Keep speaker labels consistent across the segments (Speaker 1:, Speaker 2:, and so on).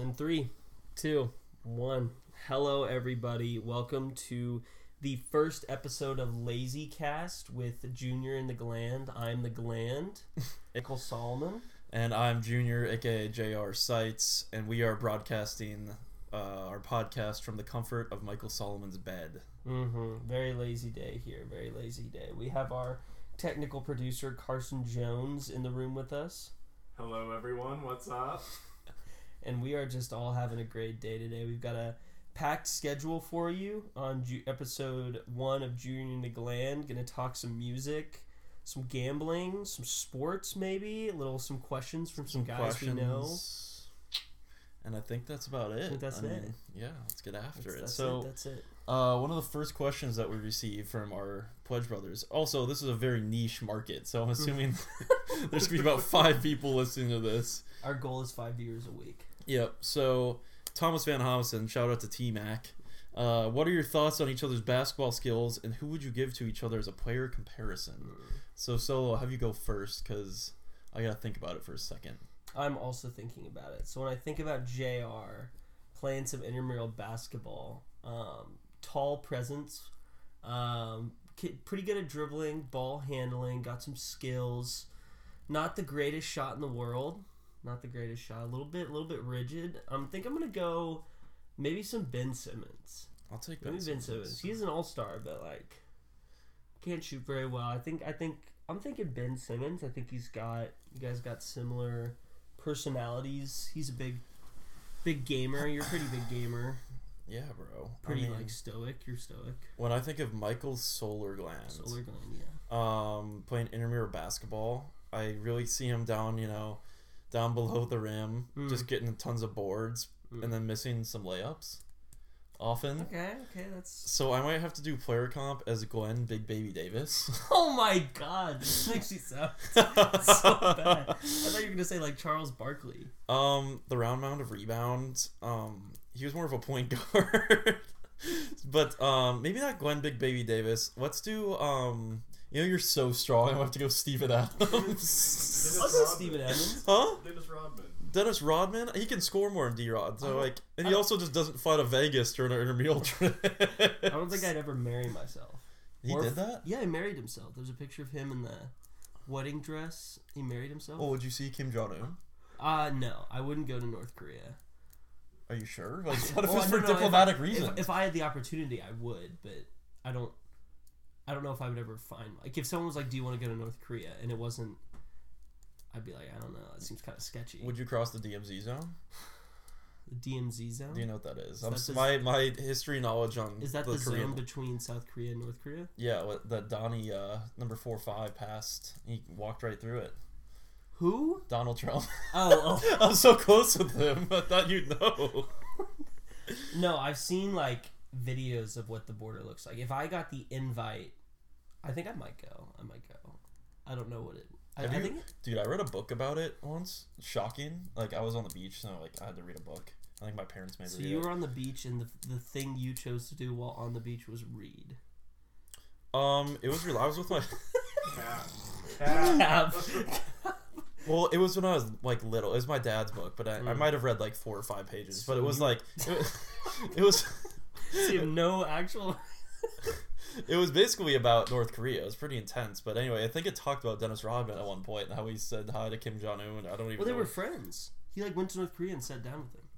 Speaker 1: In three, two, one. Hello, everybody. Welcome to the first episode of Lazy Cast with Junior and the Gland. I'm the Gland. Michael Solomon.
Speaker 2: And I'm Junior, aka JR Sites, and we are broadcasting uh, our podcast from the comfort of Michael Solomon's bed.
Speaker 1: Mm-hmm. Very lazy day here. Very lazy day. We have our technical producer Carson Jones in the room with us,
Speaker 3: Hello, everyone. What's up?
Speaker 1: and we are just all having a great day today. We've got a packed schedule for you on ju- episode one of Junior and the Gland. Going to talk some music, some gambling, some sports, maybe a little some questions from some, guys we know.
Speaker 2: Questions. And I think that's about it.
Speaker 1: think that's it.
Speaker 2: Yeah, let's get after
Speaker 1: That's,
Speaker 2: it.
Speaker 1: that's
Speaker 2: so,
Speaker 1: it. That's it.
Speaker 2: Uh, one of the first questions that we received from our Pledge Brothers. Also, this is a very niche market, so I'm assuming there's gonna be about five people listening to this.
Speaker 1: Our goal is five viewers a week.
Speaker 2: Yep. So, Thomas Van Homsen, shout out to T Mac. Uh, what are your thoughts on each other's basketball skills, and who would you give to each other as a player comparison? So, Solo, I'll have you go first, cause I gotta think about it for a second.
Speaker 1: I'm also thinking about it. So when I think about JR playing some intramural basketball, um, tall presence, um, ki- pretty good at dribbling, ball handling, got some skills. Not the greatest shot in the world. Not the greatest shot. A little bit, a little bit rigid. Um, I think I'm gonna go maybe some Ben Simmons.
Speaker 2: I'll take
Speaker 1: Maybe Ben Simmons. He's an all star, but like can't shoot very well. I think I think I'm thinking Ben Simmons. I think he's got you guys got similar personalities. He's a big big gamer. You're a pretty big gamer.
Speaker 2: Yeah, bro. I
Speaker 1: Pretty
Speaker 2: mean,
Speaker 1: like stoic. You're stoic.
Speaker 2: when I think of Michael Solar Glands.
Speaker 1: Solar gland, yeah.
Speaker 2: um, playing intramural basketball. I really see him down, you know, down below the rim,
Speaker 1: Mm.
Speaker 2: just getting tons of boards
Speaker 1: Mm.
Speaker 2: and then missing some layups often.
Speaker 1: Okay, okay, that's
Speaker 2: So I might have to do player comp as Glenn Big Baby Davis.
Speaker 1: Oh my god, this makes me sound so bad. I thought you were gonna say like Charles Barkley.
Speaker 2: um, the round mound of rebounds. Um, he was more of a point guard. but um, maybe not Glenn Big Baby Davis. Let's do um, you know, you're so strong. I have to go Steven Adams.
Speaker 3: Dennis
Speaker 1: Wasn't
Speaker 3: Rodman.
Speaker 1: Steven Adams?
Speaker 2: huh?
Speaker 3: Dennis Rodman.
Speaker 2: Dennis Rodman, he can score more than D
Speaker 1: I
Speaker 2: Rod. So
Speaker 1: don't-
Speaker 2: like, and
Speaker 1: I
Speaker 2: he
Speaker 1: don't-
Speaker 2: also just doesn't fly to Vegas during an intramural trip.
Speaker 1: I don't think I'd ever marry myself.
Speaker 2: he
Speaker 1: or-
Speaker 2: did that.
Speaker 1: Yeah, he married himself. There's a picture of him in the wedding dress. He married himself.
Speaker 2: Oh, would you see Kim Jong Un?
Speaker 1: Uh no, I wouldn't go to North Korea.
Speaker 2: Are you sure? Like, what if
Speaker 1: Well,
Speaker 2: it's
Speaker 1: no,
Speaker 2: for
Speaker 1: no, if-
Speaker 2: diplomatic reasons?
Speaker 1: If, if I had the opportunity, I would, but I don't. I don't know if I would ever find like if someone was like, "Do you want to go to North Korea?" and it wasn't, I'd be like, "I don't know. It seems kind of sketchy."
Speaker 2: would you cross the DMZ zone?
Speaker 1: the DMZ zone
Speaker 2: Do you know what that is? I'm,
Speaker 1: that
Speaker 2: s-
Speaker 1: the-
Speaker 2: my my history knowledge on
Speaker 1: is that the,
Speaker 2: the, Korean.
Speaker 1: zone between South Korea and North Korea?
Speaker 2: yeah, what the Donnie uh, number four five passed. He walked right through it.
Speaker 1: Who?
Speaker 2: Donald Trump.
Speaker 1: Oh, oh
Speaker 2: I'm so close with him. I thought you'd know.
Speaker 1: no, I've seen like videos of what the border looks like. If I got the invite, I think I might go. I might go. I don't know what it. I, I
Speaker 2: Have you-
Speaker 1: think
Speaker 2: Dude, I read a book about it once. Shocking. Like I was on the beach, so like I had to read a book. I think my parents made me
Speaker 1: So
Speaker 2: read
Speaker 1: you
Speaker 2: it.
Speaker 1: were on the beach, and the, the thing you chose to do while on the beach was read.
Speaker 2: Um, it was real. I was with my.
Speaker 3: Cap. Cap.
Speaker 2: Well, it was when I was like little. It was my dad's book, but I, I
Speaker 1: Mm.
Speaker 2: might have read like four or five pages. But it
Speaker 1: So
Speaker 2: was
Speaker 1: you-
Speaker 2: like, it, it was,
Speaker 1: you have no actual.
Speaker 2: it was basically about North Korea. It was pretty intense. But anyway, I think it talked about Dennis Rodman at one point and how he said hi to Kim Jong Un. I don't even.
Speaker 1: Well, they
Speaker 2: know
Speaker 1: were friends. He like went to North Korea and sat down with him.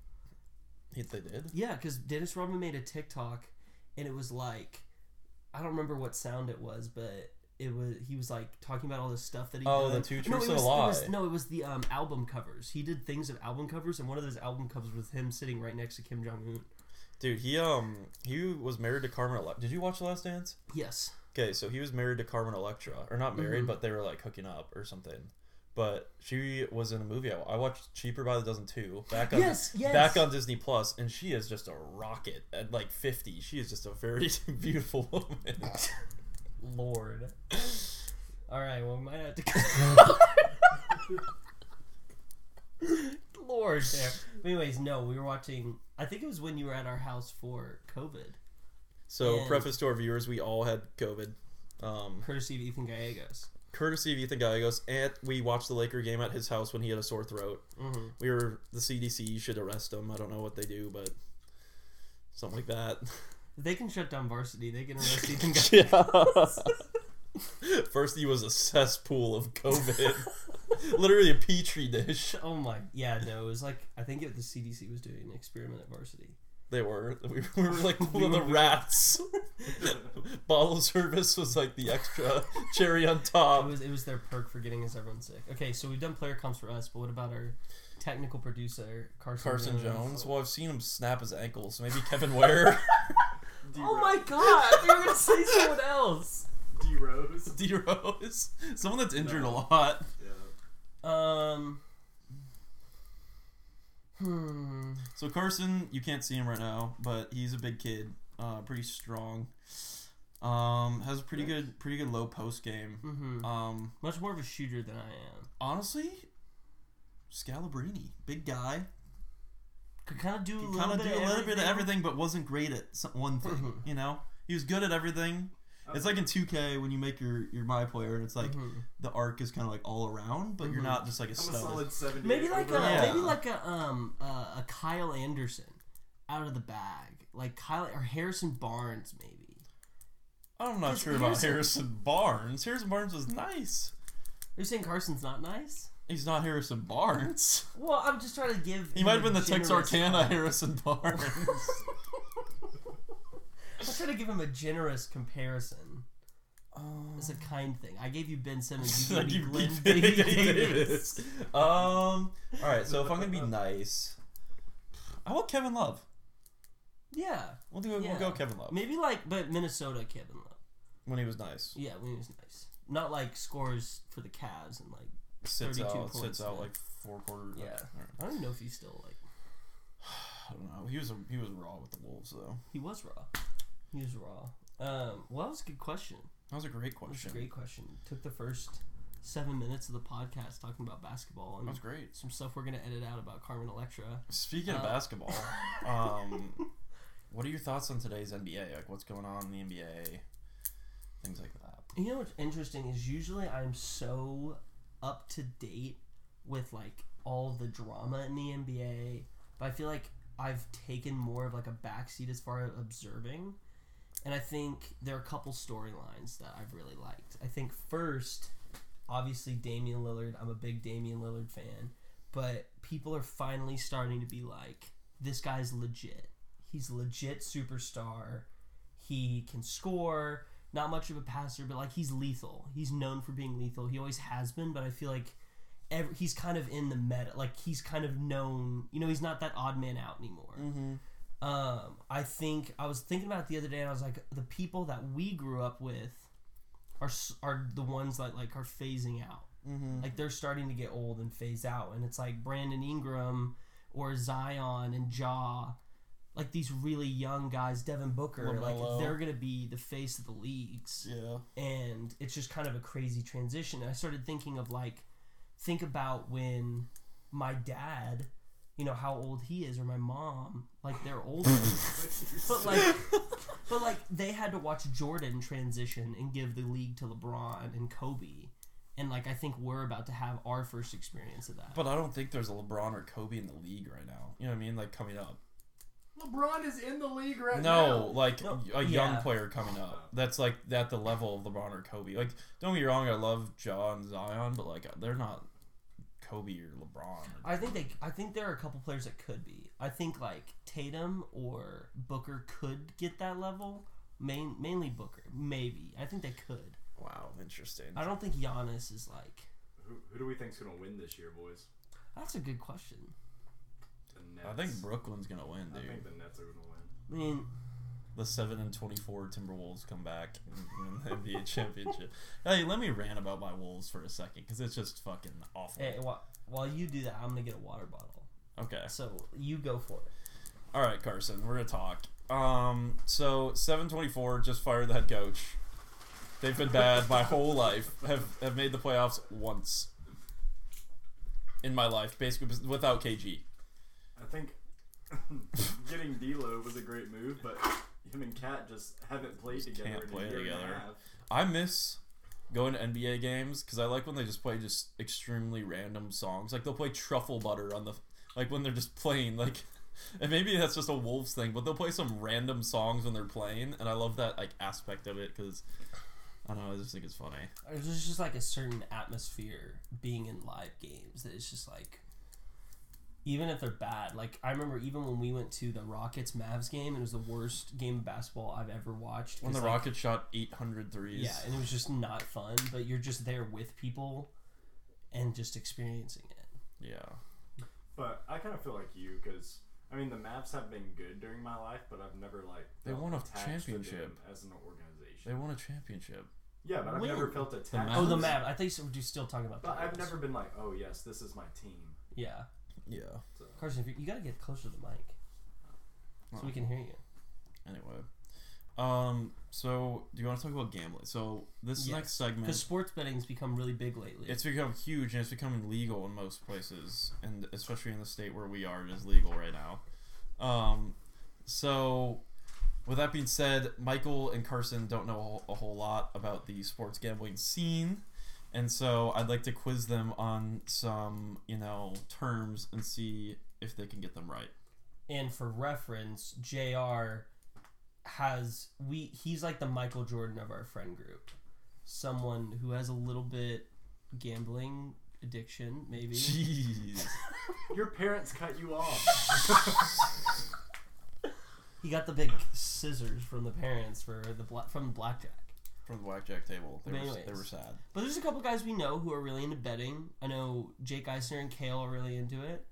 Speaker 2: He, they did.
Speaker 1: Yeah, because Dennis Rodman made a TikTok, and it was like, I don't remember what sound it was, but it was he was like talking about all this stuff that he.
Speaker 2: Oh,
Speaker 1: done.
Speaker 2: the two
Speaker 1: no,
Speaker 2: truths
Speaker 1: it
Speaker 2: and a
Speaker 1: was- it was-
Speaker 2: lie.
Speaker 1: no, it was the um, album covers. He did things of album covers, and one of those album covers was him sitting right next to Kim Jong Un.
Speaker 2: Dude, he um he was married to Carmen Electra. Did you watch The Last Dance?
Speaker 1: Yes.
Speaker 2: Okay, so he was married to Carmen Electra, or not married,
Speaker 1: Mm-hmm.
Speaker 2: but they were like hooking up or something. But she was in a movie I, I watched, Cheaper by the Dozen too. Back on
Speaker 1: Yes, yes.
Speaker 2: back on Disney Plus, and she is just a rocket at like fifty. She is just a very beautiful woman.
Speaker 1: Lord. All right, well, we might have to. Lord, there. But anyways, no, we were watching. I think it was when you were at our house for COVID,
Speaker 2: So,
Speaker 1: And-
Speaker 2: preface to our viewers, we all had COVID. Um,
Speaker 1: courtesy of Ethan Gallegos.
Speaker 2: courtesy of Ethan Gallegos, and we watched the Laker game at his house when he had a sore throat.
Speaker 1: Mm-hmm.
Speaker 2: We were the CDC should arrest him. I don't know what they do, but something like that.
Speaker 1: They can shut down varsity. They can arrest Ethan Gallegos.
Speaker 2: Yeah. First, he was a cesspool of COVID, literally a petri dish.
Speaker 1: Oh my, yeah, no, it was like I think it, the CDC was doing an experiment at varsity.
Speaker 2: They were we, we were like
Speaker 1: We
Speaker 2: one of the
Speaker 1: were-
Speaker 2: rats. Bottle service was like the extra cherry on
Speaker 1: it
Speaker 2: top.
Speaker 1: was it was their perk for getting us everyone sick. Okay, so we've done player comps for us, but what about our technical producer Carson?
Speaker 2: Carson Jones. Well, I've seen him snap his ankles. Maybe Kevin Ware.
Speaker 1: Oh my god, you were gonna say someone else.
Speaker 3: D Rose.
Speaker 2: D Rose. Someone that's injured a lot.
Speaker 3: Yeah.
Speaker 1: Um. Hmm.
Speaker 2: So Carson, you can't see him right now, but he's a big kid, uh, pretty strong. Um, has a pretty good, pretty good low post game.
Speaker 1: hmm
Speaker 2: Um,
Speaker 1: Much more of a shooter than I am.
Speaker 2: honestly, Scalabrini, big guy,
Speaker 1: Could kind of do a
Speaker 2: could
Speaker 1: little
Speaker 2: kind of
Speaker 1: bit
Speaker 2: do a
Speaker 1: of
Speaker 2: little bit of
Speaker 1: everything.
Speaker 2: everything, but wasn't great at some, one thing.
Speaker 1: Mhm.
Speaker 2: you know, he was good at everything. It's like in 2K when you make your your my player, and it's like
Speaker 1: Mhm.
Speaker 2: the arc is kind of like all around, but you're
Speaker 1: Mhm.
Speaker 2: not just like a
Speaker 3: I'm
Speaker 2: stud.
Speaker 3: a solid 70.
Speaker 1: Maybe like a
Speaker 3: overall.
Speaker 2: Yeah.
Speaker 1: maybe like a um uh, a Kyle Anderson out of the bag, like Kyle or Harrison Barnes maybe.
Speaker 2: I'm not
Speaker 1: Cause
Speaker 2: sure about
Speaker 1: Harrison-
Speaker 2: Harrison Barnes. Harrison Barnes was nice.
Speaker 1: Are you saying Carson's not nice?
Speaker 2: He's not Harrison Barnes.
Speaker 1: Well, I'm just trying to give.
Speaker 2: He might have been the
Speaker 1: generous-
Speaker 2: Texarkana Harrison Barnes.
Speaker 1: I'm trying to give him a generous comparison.
Speaker 2: um,
Speaker 1: It's a kind thing. I gave you Ben Simmons. You
Speaker 2: like
Speaker 1: gave
Speaker 2: you
Speaker 1: me Glenn
Speaker 2: beat
Speaker 1: Baby
Speaker 2: Baby
Speaker 1: Davis.
Speaker 2: Davis. Um. All right. So if I'm gonna be nice, I want Kevin Love.
Speaker 1: Yeah,
Speaker 2: We'll do.
Speaker 1: Yeah.
Speaker 2: We'll go Kevin Love
Speaker 1: maybe like but Minnesota Kevin Love.
Speaker 2: when he was nice.
Speaker 1: Yeah, when he was nice. Not like scores for the Cavs and like
Speaker 2: Sits
Speaker 1: 32
Speaker 2: out.
Speaker 1: points,
Speaker 2: sits out
Speaker 1: yeah.
Speaker 2: like four quarter. like,
Speaker 1: Yeah.
Speaker 2: all right.
Speaker 1: I don't even know if he's still like
Speaker 2: I don't know. He was a, he was raw with the Wolves though.
Speaker 1: he was raw. He was raw. Um, well, that was a good question.
Speaker 2: That was a great
Speaker 1: That was
Speaker 2: question.
Speaker 1: a great question. Took the first seven minutes of the podcast talking about basketball
Speaker 2: That
Speaker 1: and
Speaker 2: was great.
Speaker 1: some stuff we're gonna edit out about Carmen Electra.
Speaker 2: Speaking of
Speaker 1: Uh,
Speaker 2: basketball, um, what are your thoughts on today's NBA? Like, what's going on in the NBA? Things like that.
Speaker 1: You know what's interesting is usually I'm so up to date with like all the drama in the NBA, but I feel like I've taken more of like a backseat as far as observing. And I think there are a couple storylines that I've really liked. I think first, obviously Damian Lillard. I'm a big Damian Lillard fan, but people are finally starting to be like, this guy's legit. He's a legit superstar. He can score. Not much of a passer, but like he's lethal. He's known for being lethal. He always has been, but I feel like ev he's kind of in the meta. Like he's kind of known. You know, he's not that odd man out anymore.
Speaker 2: Mm-hmm.
Speaker 1: Um, I think I was thinking about it the other day, and I was like, the people that we grew up with are s- are the ones that like are phasing out.
Speaker 2: Mm-hmm.
Speaker 1: Like they're starting to get old and phase out, and it's like Brandon Ingram or Zion and Jaw, like these really young guys, Devin Booker,
Speaker 2: LaMelo.
Speaker 1: like they're gonna be the face of the leagues
Speaker 2: Yeah.
Speaker 1: and it's just kind of a crazy transition. And I started thinking of like, think about when my dad, you know, how old he is, or my mom, like they're older, but like, but like they had to watch Jordan transition and give the league to LeBron and Kobe, and like I think we're about to have our first experience of that.
Speaker 2: But I don't think there's a LeBron or Kobe in the league right now. You know what I mean? Like coming up.
Speaker 3: LeBron is in the league right now.
Speaker 2: No, like
Speaker 1: No,
Speaker 2: a young
Speaker 1: yeah.
Speaker 2: player coming up. That's like at the level of LeBron or Kobe. Like, don't get me wrong, I love Ja and Zion, but like they're not Kobe or LeBron.
Speaker 1: I think they. I think there are a couple players that could be. I think like Tatum or Booker could get that level. Main, mainly Booker, maybe. I think they could.
Speaker 2: Wow, interesting.
Speaker 1: I don't think Giannis is like.
Speaker 3: Who, who do we think's gonna win this year, boys?
Speaker 1: That's a good question.
Speaker 3: The Nets.
Speaker 2: I think Brooklyn's gonna win,
Speaker 3: I
Speaker 2: dude.
Speaker 3: think the Nets are gonna win.
Speaker 1: I mean,
Speaker 2: The seven and twenty-four Timberwolves come back and win the NBA championship. Hey, let me rant about my Wolves for a second because it's just fucking awful.
Speaker 1: hey, eh, wh- while you do that, I'm gonna get a water bottle.
Speaker 2: Okay.
Speaker 1: So you go for it.
Speaker 2: All right, Carson, we're gonna talk. Um, so seven twenty-four just fired the head coach. They've been bad my whole life. Have have made the playoffs once in my life, basically without KG.
Speaker 3: I think getting D'Lo was a great move, but him and Cat just haven't played together
Speaker 2: can't
Speaker 3: in
Speaker 2: play
Speaker 3: a year
Speaker 2: together.
Speaker 3: and a half.
Speaker 2: I miss Going to NBA games because I like when they just play just extremely random songs. Like they'll play Truffle Butter on the like when they're just playing like, and maybe that's just a Wolves thing, but they'll play some random songs when they're playing, and I love that like aspect of it because I don't know, I just think it's funny.
Speaker 1: Or There's just like a certain atmosphere being in live games that it's just like, even if they're bad. Like I remember even when we went to the Rockets Mavs game, it was the worst game of basketball I've ever watched.
Speaker 2: When the
Speaker 1: 'cause, like,
Speaker 2: Rockets shot 800 threes,
Speaker 1: yeah, and it was just not fun. But you're just there with people, and just experiencing it.
Speaker 2: yeah.
Speaker 3: But I kind of feel like you because I mean the maps have been good during my life, but I've never like
Speaker 2: They
Speaker 3: felt
Speaker 2: won a
Speaker 3: attached to them
Speaker 2: championship.
Speaker 3: as an organization.
Speaker 2: They won a championship.
Speaker 3: yeah, but I've
Speaker 1: When?
Speaker 3: never felt attached.
Speaker 2: Mavs?
Speaker 1: Oh,
Speaker 3: to
Speaker 1: the
Speaker 3: them.
Speaker 1: map. I think so, we're just still talking about that.
Speaker 3: But I've never been like, oh yes, this is my team.
Speaker 1: Yeah,
Speaker 2: Yeah.
Speaker 3: So
Speaker 1: Carson, if you, you gotta get closer to the mic, so we can hear you.
Speaker 2: Anyway, um, so do you want to talk about gambling? So this
Speaker 1: Yes.
Speaker 2: next segment,
Speaker 1: Because sports betting's become really big lately.
Speaker 2: It's become huge and it's becoming legal in most places, and especially in the state where we are, it is legal right now. Um, so, with that being said, Michael and Carson don't know a whole, a whole lot about the sports gambling scene, and so I'd like to quiz them on some, you know, terms and see if they can get them right.
Speaker 1: and for reference, Jr. has we he's like the Michael Jordan of our friend group, someone who has a little bit gambling addiction, maybe.
Speaker 2: Jeez.
Speaker 3: your parents cut you off.
Speaker 1: He got the big scissors from the parents for the bla- from blackjack.
Speaker 2: From the blackjack table, they were, they
Speaker 1: Anyways.
Speaker 2: were sad.
Speaker 1: But there's a couple guys we know who are really into betting. I know Jake Eisner and Kale are really into it.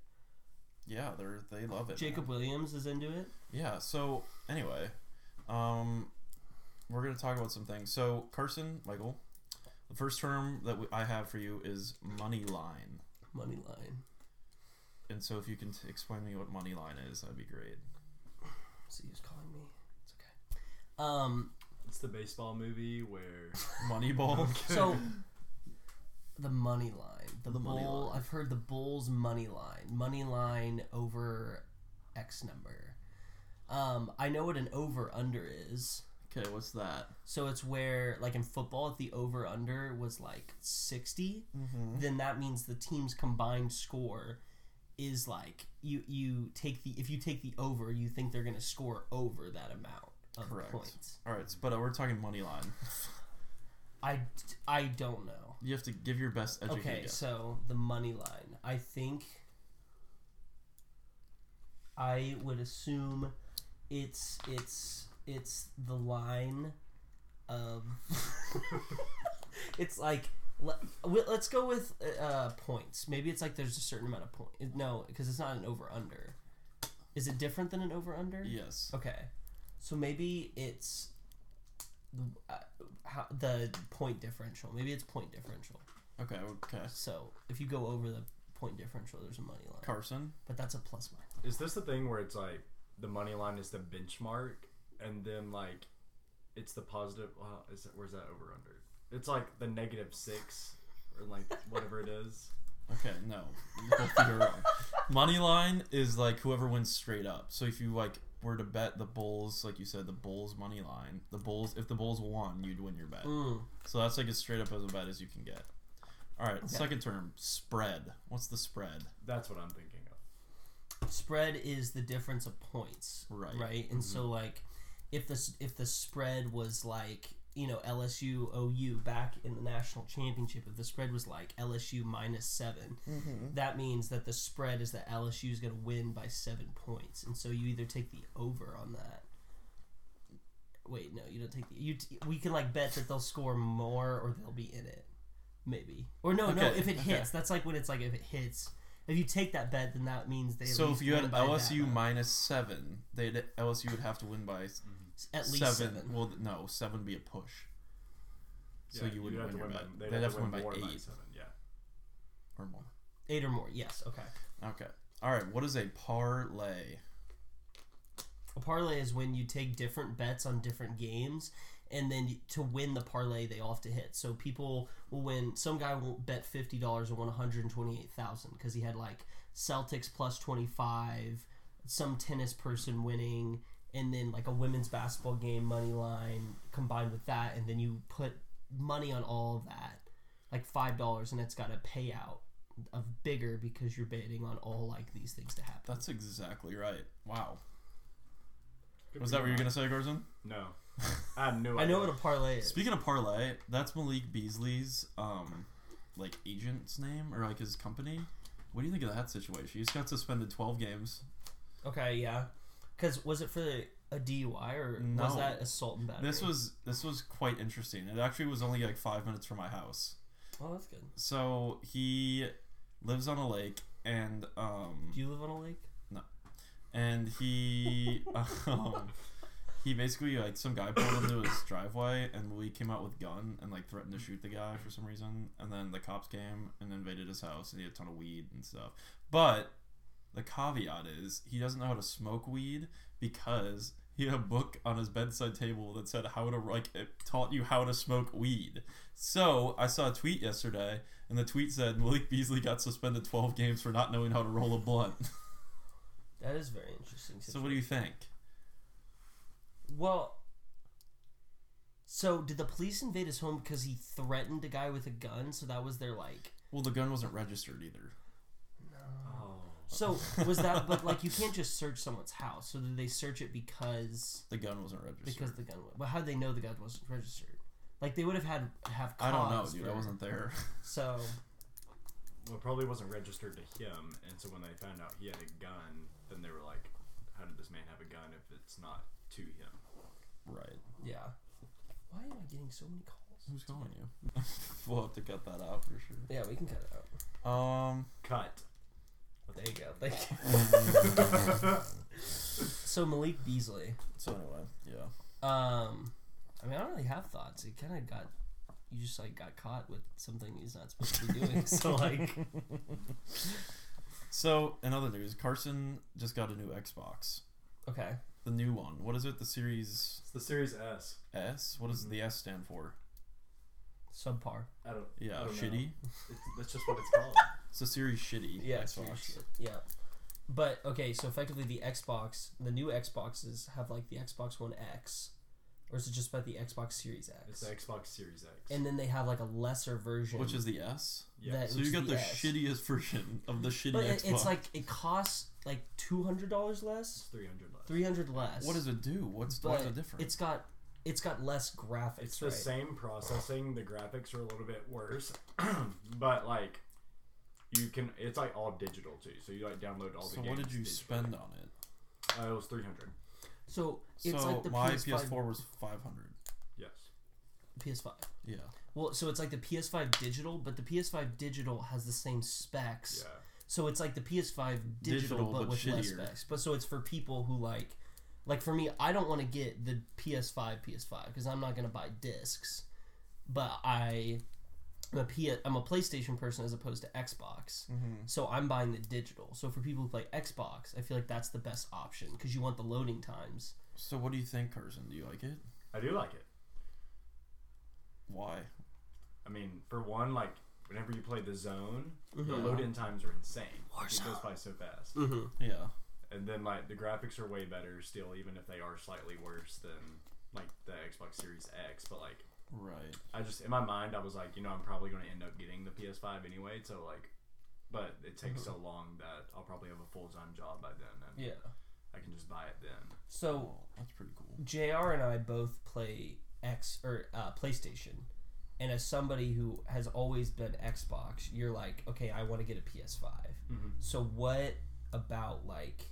Speaker 2: Yeah, they're they love it. man.
Speaker 1: Jacob Williams is into it.
Speaker 2: Yeah, so anyway, um, we're going to talk about some things. So, Carson, Michael, the first term that we, I have for you is money line.
Speaker 1: Money line.
Speaker 2: And so, if you can t- explain to me what money line is, that'd be great.
Speaker 1: See who's calling me. It's okay. Um.
Speaker 3: it's the baseball movie where
Speaker 2: Moneyball.
Speaker 1: So the money line, the,
Speaker 2: The
Speaker 1: bull.
Speaker 2: money line.
Speaker 1: I've heard the Bulls money line, money line over X number. Um, I know what an over under is.
Speaker 2: okay, what's that?
Speaker 1: So it's where, like in football, if the over under was like 60,
Speaker 2: Mm-hmm.
Speaker 1: then that means the team's combined score is like you you take the if you take the over, you think they're gonna score over that amount of
Speaker 2: Correct.
Speaker 1: points.
Speaker 2: All right, but uh, we're talking money line.
Speaker 1: I I don't know.
Speaker 2: You have to give your best educated
Speaker 1: Okay,
Speaker 2: guess.
Speaker 1: so the money line. I think I would assume it's it's it's the line of it's like let, we- let's go with uh, points. Maybe it's like there's a certain amount of point. No, because it's not an over under. Is it different than an over under?
Speaker 2: Yes.
Speaker 1: Okay, so maybe it's uh, how, the point differential. Maybe it's point differential.
Speaker 2: Okay, okay.
Speaker 1: So if you go over the point differential, there's a money line.
Speaker 2: Carson,
Speaker 1: But that's a plus minus.
Speaker 3: is this the thing where it's like the money line is the benchmark, and then like it's the positive? Well, is it, where's that over under? It's like the negative six or like whatever it is.
Speaker 2: Okay, no. Both you are wrong. Money line is like whoever wins straight up. So if you like were to bet the Bulls, like you said, the Bulls money line, the Bulls if the Bulls won, you'd win your bet.
Speaker 1: Mm.
Speaker 2: So that's like as straight up as a bet as you can get. All right, second term, spread. What's the spread?
Speaker 3: That's what I'm thinking of.
Speaker 1: Spread is the difference of points,
Speaker 2: Right. Mm-hmm.
Speaker 1: Right, and so like, if the s- if the spread was like you know LSU OU back in the national championship, if the spread was like LSU minus 7 that means that the spread is that LSU is going to win by seven points, and so you either take the over on that. Wait, no, you don't take the. You t- we can like bet that they'll score more or they'll be in it, maybe. Or no, no,
Speaker 2: Okay,
Speaker 1: if it
Speaker 2: okay.
Speaker 1: hits, that's like when it's like if it hits. If you take that bet, then that means they. at
Speaker 2: So if
Speaker 1: least
Speaker 2: you had
Speaker 1: win by that uh,
Speaker 2: LSU
Speaker 1: much.
Speaker 2: minus seven, they would LSU would have to win by s-
Speaker 1: at least
Speaker 2: seven.
Speaker 1: seven.
Speaker 2: Well, th- no, seven would be a push. So
Speaker 3: Yeah,
Speaker 2: you
Speaker 3: you'd
Speaker 2: wouldn't
Speaker 3: have
Speaker 2: win
Speaker 3: to
Speaker 2: your
Speaker 3: by-
Speaker 2: bet. They'd, have to win by
Speaker 3: more
Speaker 2: eight
Speaker 3: seven, yeah.
Speaker 2: or more.
Speaker 1: eight or more. Yes, okay.
Speaker 2: Okay. All right. What is a parlay?
Speaker 1: A parlay is when you take different bets on different games, and then y- to win the parlay, they all have to hit. So people will win. Some guy will bet fifty dollars and won one hundred twenty-eight thousand because he had like Celtics plus twenty-five, some tennis person winning, and then like a women's basketball game money line combined with that, and then you put money on all of that, like five dollars, and it's got a payout of bigger because you're betting on all like these things to happen.
Speaker 2: That's exactly right. Wow. Was that what you were gonna say, Garzon?
Speaker 3: No, I have no.
Speaker 1: I know what
Speaker 3: idea.
Speaker 1: a parlay is.
Speaker 2: Speaking of parlay, that's Malik Beasley's um, like agent's name or like his company. What do you think of that situation? He's got suspended twelve games.
Speaker 1: Okay, yeah. Because was it for a DUI or was
Speaker 2: No.
Speaker 1: that assault and battery?
Speaker 2: This was this was quite interesting. It actually was only like five minutes from my house.
Speaker 1: Oh, that's good.
Speaker 2: So he lives on a lake, and um,
Speaker 1: Do you live on a lake?
Speaker 2: and he um, he basically like some guy pulled into his driveway, and Malik came out with gun and like threatened to shoot the guy for some reason, and then the cops came and invaded his house, and he had a ton of weed and stuff. But the caveat is he doesn't know how to smoke weed because. He had a book on his bedside table that said how to like it taught you how to smoke weed. So I saw a tweet yesterday, and the tweet said Malik Beasley got suspended 12 games for not knowing how to roll a blunt.
Speaker 1: That is very interesting.
Speaker 2: so what do you think?
Speaker 1: Well, so did the police invade his home because he threatened a guy with a gun? So that was their like.
Speaker 2: Well, the gun wasn't registered either.
Speaker 3: Oh,
Speaker 1: So was that? But like, you can't just search someone's house. So did they search it because
Speaker 2: The gun wasn't registered.
Speaker 1: because the gun? But how would they know the gun wasn't registered? Like they would have had have.
Speaker 2: I don't know,
Speaker 1: cause
Speaker 2: dude.
Speaker 1: for-
Speaker 2: I wasn't there.
Speaker 1: So
Speaker 3: well, it probably wasn't registered to him, and so when they found out he had a gun, then they were like, "How did this man have a gun if it's not to him?"
Speaker 2: right.
Speaker 1: yeah. Why am I getting so many calls?
Speaker 2: Who's calling you? we'll have to cut that out for sure.
Speaker 1: Yeah, we can cut it out.
Speaker 2: Um.
Speaker 3: Cut.
Speaker 1: There you go. Thank you. so Malik Beasley.
Speaker 2: So anyway, yeah.
Speaker 1: Um, I mean, I don't really have thoughts. It kind of got you just like got caught with something he's not supposed to be doing. so like,
Speaker 2: So in other news, Carson just got a new Xbox.
Speaker 1: okay,
Speaker 2: The new one. What is it? The Series
Speaker 3: It's the Series S.
Speaker 2: S. What
Speaker 1: Mm-hmm.
Speaker 2: does the S stand for?
Speaker 1: subpar.
Speaker 3: I don't. I
Speaker 2: Yeah,
Speaker 3: don't know.
Speaker 2: shitty.
Speaker 3: It's, that's just what it's called.
Speaker 2: It's a Series shitty.
Speaker 1: it's
Speaker 2: Xbox.
Speaker 1: shit. yeah. But okay, so effectively the Xbox, the new Xboxes have like the Xbox One X, or is it just about the Xbox Series X?
Speaker 3: It's the Xbox Series X.
Speaker 1: and then they have like a lesser version,
Speaker 2: Which is the S.
Speaker 3: yeah.
Speaker 1: that-
Speaker 2: So
Speaker 1: It's
Speaker 2: you got
Speaker 1: the
Speaker 2: the
Speaker 1: S.
Speaker 2: shittiest version of the shitty
Speaker 1: but it,
Speaker 2: Xbox.
Speaker 1: it's like it costs like two hundred dollars less,
Speaker 3: it's 300 less.
Speaker 1: three hundred less.
Speaker 2: what does it do? What's,
Speaker 1: But
Speaker 2: what's the difference?
Speaker 1: It's got it's got less graphics.
Speaker 3: It's the
Speaker 1: right?
Speaker 3: same processing. The graphics are a little bit worse, but like you can, it's like all digital too. So you like download all the
Speaker 2: so
Speaker 3: games.
Speaker 2: what did you
Speaker 3: digitally.
Speaker 2: spend on it?
Speaker 3: Uh, it was 300.
Speaker 1: So it's
Speaker 2: so
Speaker 1: like the
Speaker 2: my
Speaker 1: PS5
Speaker 2: PS4 was 500.
Speaker 3: Yes.
Speaker 1: PS5.
Speaker 2: Yeah.
Speaker 1: Well, so it's like the PS5 digital, but the PS5 digital has the same specs.
Speaker 3: Yeah.
Speaker 1: So it's like the PS5 digital,
Speaker 2: Digital,
Speaker 1: but,
Speaker 2: but
Speaker 1: with less
Speaker 2: shittier.
Speaker 1: specs. But so it's for people who like, like for me, I don't want to get the PS5 PS5 because I'm not gonna buy discs. But I, I'm a P, I'm a PlayStation person as opposed to Xbox.
Speaker 2: Mm-hmm.
Speaker 1: So I'm buying the digital. So for people who play Xbox, I feel like that's the best option because you want the loading times.
Speaker 2: So what do you think, Carson? Do you like it?
Speaker 3: I do like it.
Speaker 2: Why?
Speaker 3: I mean, for one, like whenever you play the zone, the
Speaker 2: Mm-hmm.
Speaker 1: Mhm.
Speaker 3: load in times are insane. Like, it goes
Speaker 1: Warzone.
Speaker 3: by so fast.
Speaker 1: Mm-hmm.
Speaker 2: Yeah.
Speaker 3: And then like the graphics are way better still, even if they are slightly worse than like the Xbox Series X. But like
Speaker 2: Right.
Speaker 3: I just in my mind I was like, you know, I'm probably going to end up getting the PS5 anyway, so like, but it takes so long that I'll probably have a full time job by then, and
Speaker 1: Yeah.
Speaker 3: I can just buy it then.
Speaker 1: So
Speaker 2: Oh, that's pretty cool.
Speaker 1: JR and I both play X or uh, PlayStation. And as somebody who has always been Xbox, you're like, okay, I want to get a PS5.
Speaker 3: Mhm.
Speaker 1: So what about like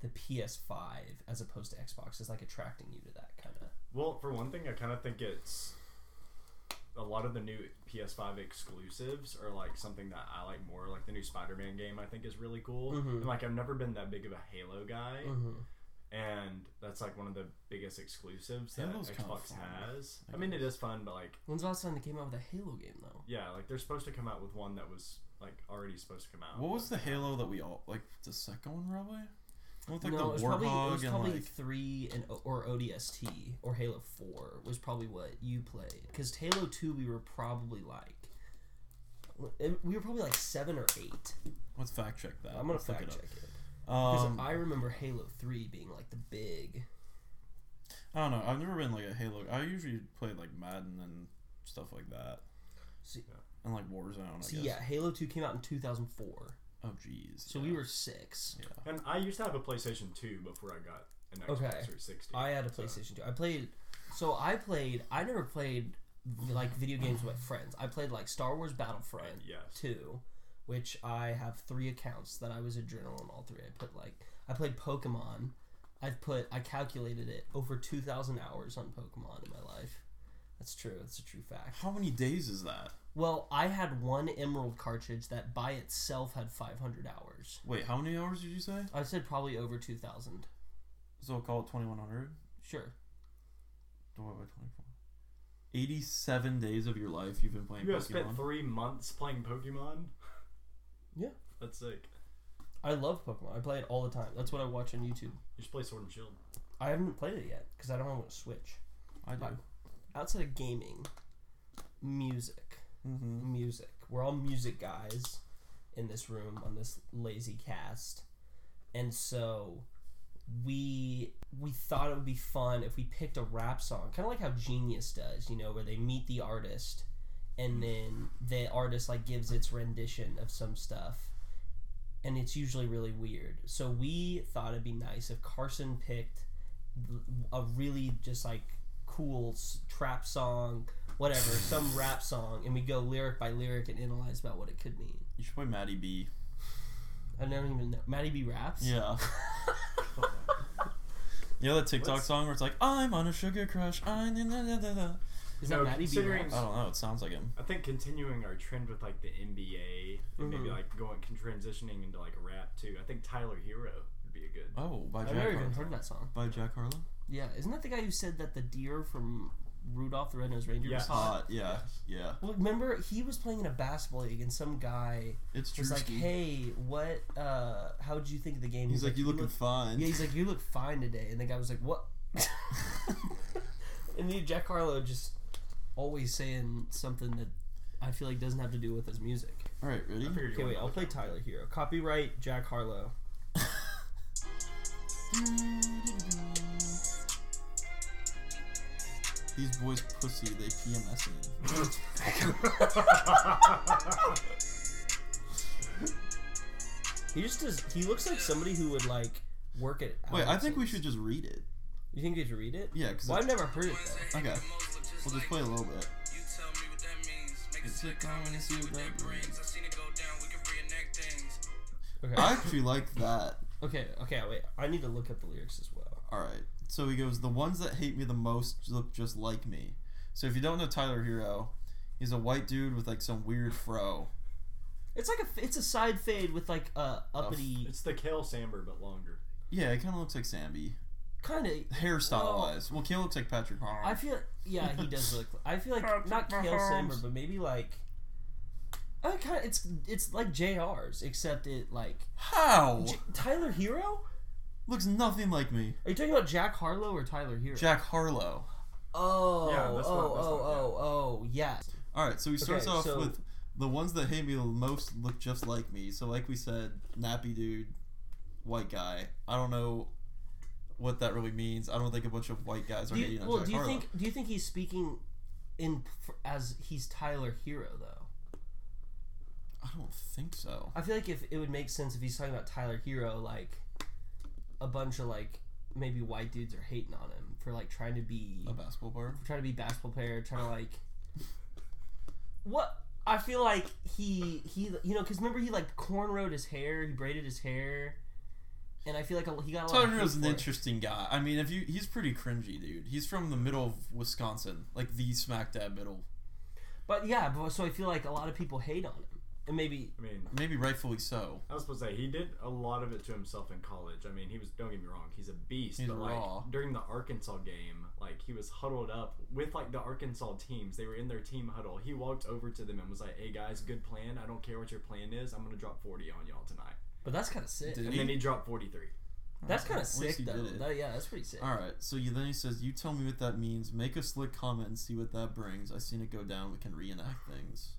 Speaker 1: the PS5 as opposed to Xbox is like attracting you to that kind of?
Speaker 3: Well, for one thing, I kind of think it's a lot of the new PS5 exclusives are like something that I like more. Like the new Spider-Man game, I think is really cool.
Speaker 1: Mhm.
Speaker 3: And like I've never been that big of a Halo guy,
Speaker 1: Mm-hmm.
Speaker 3: and that's like one of the biggest exclusives that
Speaker 2: Halo's kinda
Speaker 3: Xbox
Speaker 2: fun,
Speaker 3: has.
Speaker 2: I
Speaker 3: I mean, it is fun, but like
Speaker 1: When's the last time they came out with a Halo game though?
Speaker 3: yeah, like they're supposed to come out with one that was like already supposed to come out.
Speaker 2: What was the Halo that we all like? The second one, probably. With like
Speaker 1: no, it
Speaker 2: the
Speaker 1: was
Speaker 2: Warthog
Speaker 1: probably, it was
Speaker 2: and
Speaker 1: probably
Speaker 2: like
Speaker 1: three and or ODST or Halo Four was probably what you played because Halo Two we were probably like we were probably like seven or eight.
Speaker 2: let's fact check that.
Speaker 1: I'm gonna
Speaker 2: Let's Oh, look
Speaker 1: fact
Speaker 2: it
Speaker 1: check it
Speaker 2: up.
Speaker 1: because
Speaker 2: Um,
Speaker 1: I remember Halo Three being like the big.
Speaker 2: I don't know. I've never been like a Halo. I usually play like Madden and stuff like that,
Speaker 1: See-
Speaker 2: and like Warzone. I
Speaker 1: So
Speaker 2: guess.
Speaker 1: yeah, Halo Two came out in 2004,
Speaker 2: Oh jeez.
Speaker 1: so we were six.
Speaker 2: Yeah.
Speaker 3: And I used to have a PlayStation 2 before I got an Xbox
Speaker 1: Okay.
Speaker 3: 360.
Speaker 1: I had a
Speaker 3: so-
Speaker 1: PlayStation 2. I played. So I played. I never played like video games with friends. I played like Star Wars Battlefront
Speaker 3: Yes.
Speaker 1: 2, which I have three accounts that I was a journal on all three. I put like I played Pokemon. I've put I calculated it over 2,000 hours on Pokemon in my life. That's true. That's a true fact.
Speaker 2: How many days is that?
Speaker 1: Well, I had one Emerald cartridge that by itself had 500 hours.
Speaker 2: Wait, how many hours did you say?
Speaker 1: I said probably over 2,000.
Speaker 2: So I'll call it twenty one hundred.
Speaker 1: Sure.
Speaker 2: Divided by twenty four. Eighty seven days of your life you've been playing
Speaker 3: You have spent
Speaker 2: Pokemon.
Speaker 3: three months playing Pokemon?
Speaker 1: Yeah.
Speaker 3: That's sick.
Speaker 1: I love Pokemon. I play it all the time. That's what I watch on YouTube.
Speaker 3: You should play Sword and Shield.
Speaker 1: I haven't played it yet because I don't have a Switch.
Speaker 2: I do.
Speaker 1: Outside of gaming, music,
Speaker 2: Mm-hmm.
Speaker 1: music. We're all music guys in this room on this lazy cast, and so we we thought it would be fun if we picked a rap song, kind of like how Genius does, you know, where they meet the artist, and then the artist like gives its rendition of some stuff. And it's usually really weird. So we thought it'd be nice if Carson picked a really just like cool s- trap song, whatever, some rap song, and we go lyric by lyric and analyze about what it could mean.
Speaker 2: You should play Maddie B.
Speaker 1: I don't even know. Maddie B raps.
Speaker 2: Yeah. You know that TikTok
Speaker 3: What's-
Speaker 2: song where it's like, I'm on a sugar crush. I na na na na na."
Speaker 1: Is that
Speaker 3: No,
Speaker 1: Maddie B
Speaker 3: considering-
Speaker 1: raps?
Speaker 2: I don't know. It sounds like him.
Speaker 3: I think continuing our trend with like the NBA and maybe
Speaker 1: Mhm.
Speaker 3: like going transitioning into like rap too. I think Tyler Hero would be a good.
Speaker 1: Uh,
Speaker 2: Oh, by
Speaker 1: I've
Speaker 2: Jack.
Speaker 1: never even
Speaker 2: Harlow.
Speaker 1: heard of that song.
Speaker 2: By Jack Harlow.
Speaker 1: Yeah, isn't that the guy who said that the deer from Rudolph the Red-Nosed Reindeer was
Speaker 3: Yes.
Speaker 1: hot?
Speaker 2: Hot. Yeah. Yeah.
Speaker 1: Well, remember he was playing in a basketball league and some guy
Speaker 2: It's
Speaker 1: was
Speaker 2: Drewski.
Speaker 1: like, "Hey, what? uh How would you think of the game?"
Speaker 2: He's like, you looking fine.
Speaker 1: Yeah, he's like, you look fine today. And the guy was like, what? and then Jack Harlow just always saying something that I feel like doesn't have to do with his music.
Speaker 2: All right, ready?
Speaker 3: I figured you
Speaker 1: Okay,
Speaker 3: wouldn't
Speaker 1: wait, I'll
Speaker 3: like
Speaker 1: play
Speaker 3: it.
Speaker 1: Tyler Hero. Copyright Jack Harlow.
Speaker 2: These boys pussy. They PMS in.
Speaker 1: He just does. He looks like somebody who would like work at.
Speaker 2: Wait, I think we
Speaker 1: Albertsons.
Speaker 2: should just read it.
Speaker 1: You think we should read it?
Speaker 2: Yeah, because
Speaker 1: Well, I've never heard it though.
Speaker 2: okay. We'll just play a little bit.
Speaker 4: You tell me what that means. Make
Speaker 2: It's
Speaker 4: a
Speaker 2: a
Speaker 4: sitcom
Speaker 2: comedy
Speaker 4: and see what
Speaker 2: sitcom.
Speaker 4: that brings. I seen it go down. We can reenact things.
Speaker 1: Okay.
Speaker 2: I actually like that.
Speaker 1: okay. Okay. Wait. I need to look up the lyrics as well.
Speaker 2: All right. So he goes, the ones that hate me the most look just like me. So if you don't know Tyler Hero, he's a white dude with like some weird fro.
Speaker 1: It's like a. f- It's a side fade with like a uppity
Speaker 2: Oh,
Speaker 3: It's the Kale Samber but longer.
Speaker 2: Yeah, it kind of looks like Sambi,
Speaker 1: kind of
Speaker 2: hairstyle
Speaker 1: Well-
Speaker 2: wise. Well, Kale looks like Patrick Mahomes.
Speaker 1: I feel yeah, he does look. I feel like not
Speaker 2: Patrick
Speaker 1: Kale
Speaker 2: Mahomes.
Speaker 1: Samber, but maybe like. I kind of it's it's like JR's except it like
Speaker 2: How?
Speaker 1: J- Tyler Hero.
Speaker 2: looks nothing like me.
Speaker 1: Are you talking about Jack Harlow or Tyler Hero?
Speaker 2: Jack Harlow.
Speaker 1: oh,
Speaker 3: Yeah, that's
Speaker 1: oh,
Speaker 3: what- that's
Speaker 1: oh,
Speaker 3: what-
Speaker 1: oh, oh, yes.
Speaker 2: All right, so he starts
Speaker 1: Okay,
Speaker 2: off
Speaker 1: so-
Speaker 2: with the ones that hate me the most look just like me. So, like we said, nappy dude, white guy. I don't know what that really means. I don't think a bunch of white guys are
Speaker 1: Do you,
Speaker 2: hating on
Speaker 1: well,
Speaker 2: Jack
Speaker 1: do you
Speaker 2: Harlow.
Speaker 1: think do you think he's speaking in f- as he's Tyler Hero though?
Speaker 2: I don't think so.
Speaker 1: I feel like if it would make sense if he's talking about Tyler Hero, like a bunch of like maybe white dudes are hating on him for like trying to be
Speaker 2: A basketball player.
Speaker 1: trying to be basketball player, trying to like what I feel like he he you know because remember he like cornrowed his hair, he braided his hair, and I feel like a, he got a lot
Speaker 2: Tyler
Speaker 1: of hate
Speaker 2: Hero's an
Speaker 1: for it.
Speaker 2: interesting guy. I mean, if you he's pretty cringy, dude. He's from the middle of Wisconsin, like the smack dab middle.
Speaker 1: But yeah, but so I feel like a lot of people hate on him, and maybe
Speaker 3: I mean,
Speaker 2: Maybe rightfully so.
Speaker 3: I was supposed to say he did a lot of it to himself in college. I mean, he was don't get me wrong, he's a beast.
Speaker 2: He's
Speaker 3: but like
Speaker 2: raw.
Speaker 3: during the Arkansas game, like he was huddled up with like the Arkansas teams. They were in their team huddle. He walked over to them and was like, "Hey guys, good plan. I don't care what your plan is. I'm gonna drop 40 on y'all tonight."
Speaker 1: but that's kind of sick.
Speaker 2: Did
Speaker 3: And then he dropped 43.
Speaker 1: That's kind
Speaker 2: At
Speaker 1: of sick
Speaker 2: least he
Speaker 1: though.
Speaker 2: did it.
Speaker 1: That- yeah, that's pretty sick.
Speaker 2: All right. So you, then he says, "You tell me what that means. Make a slick comment and see what that brings. I seen it go down. We can reenact things.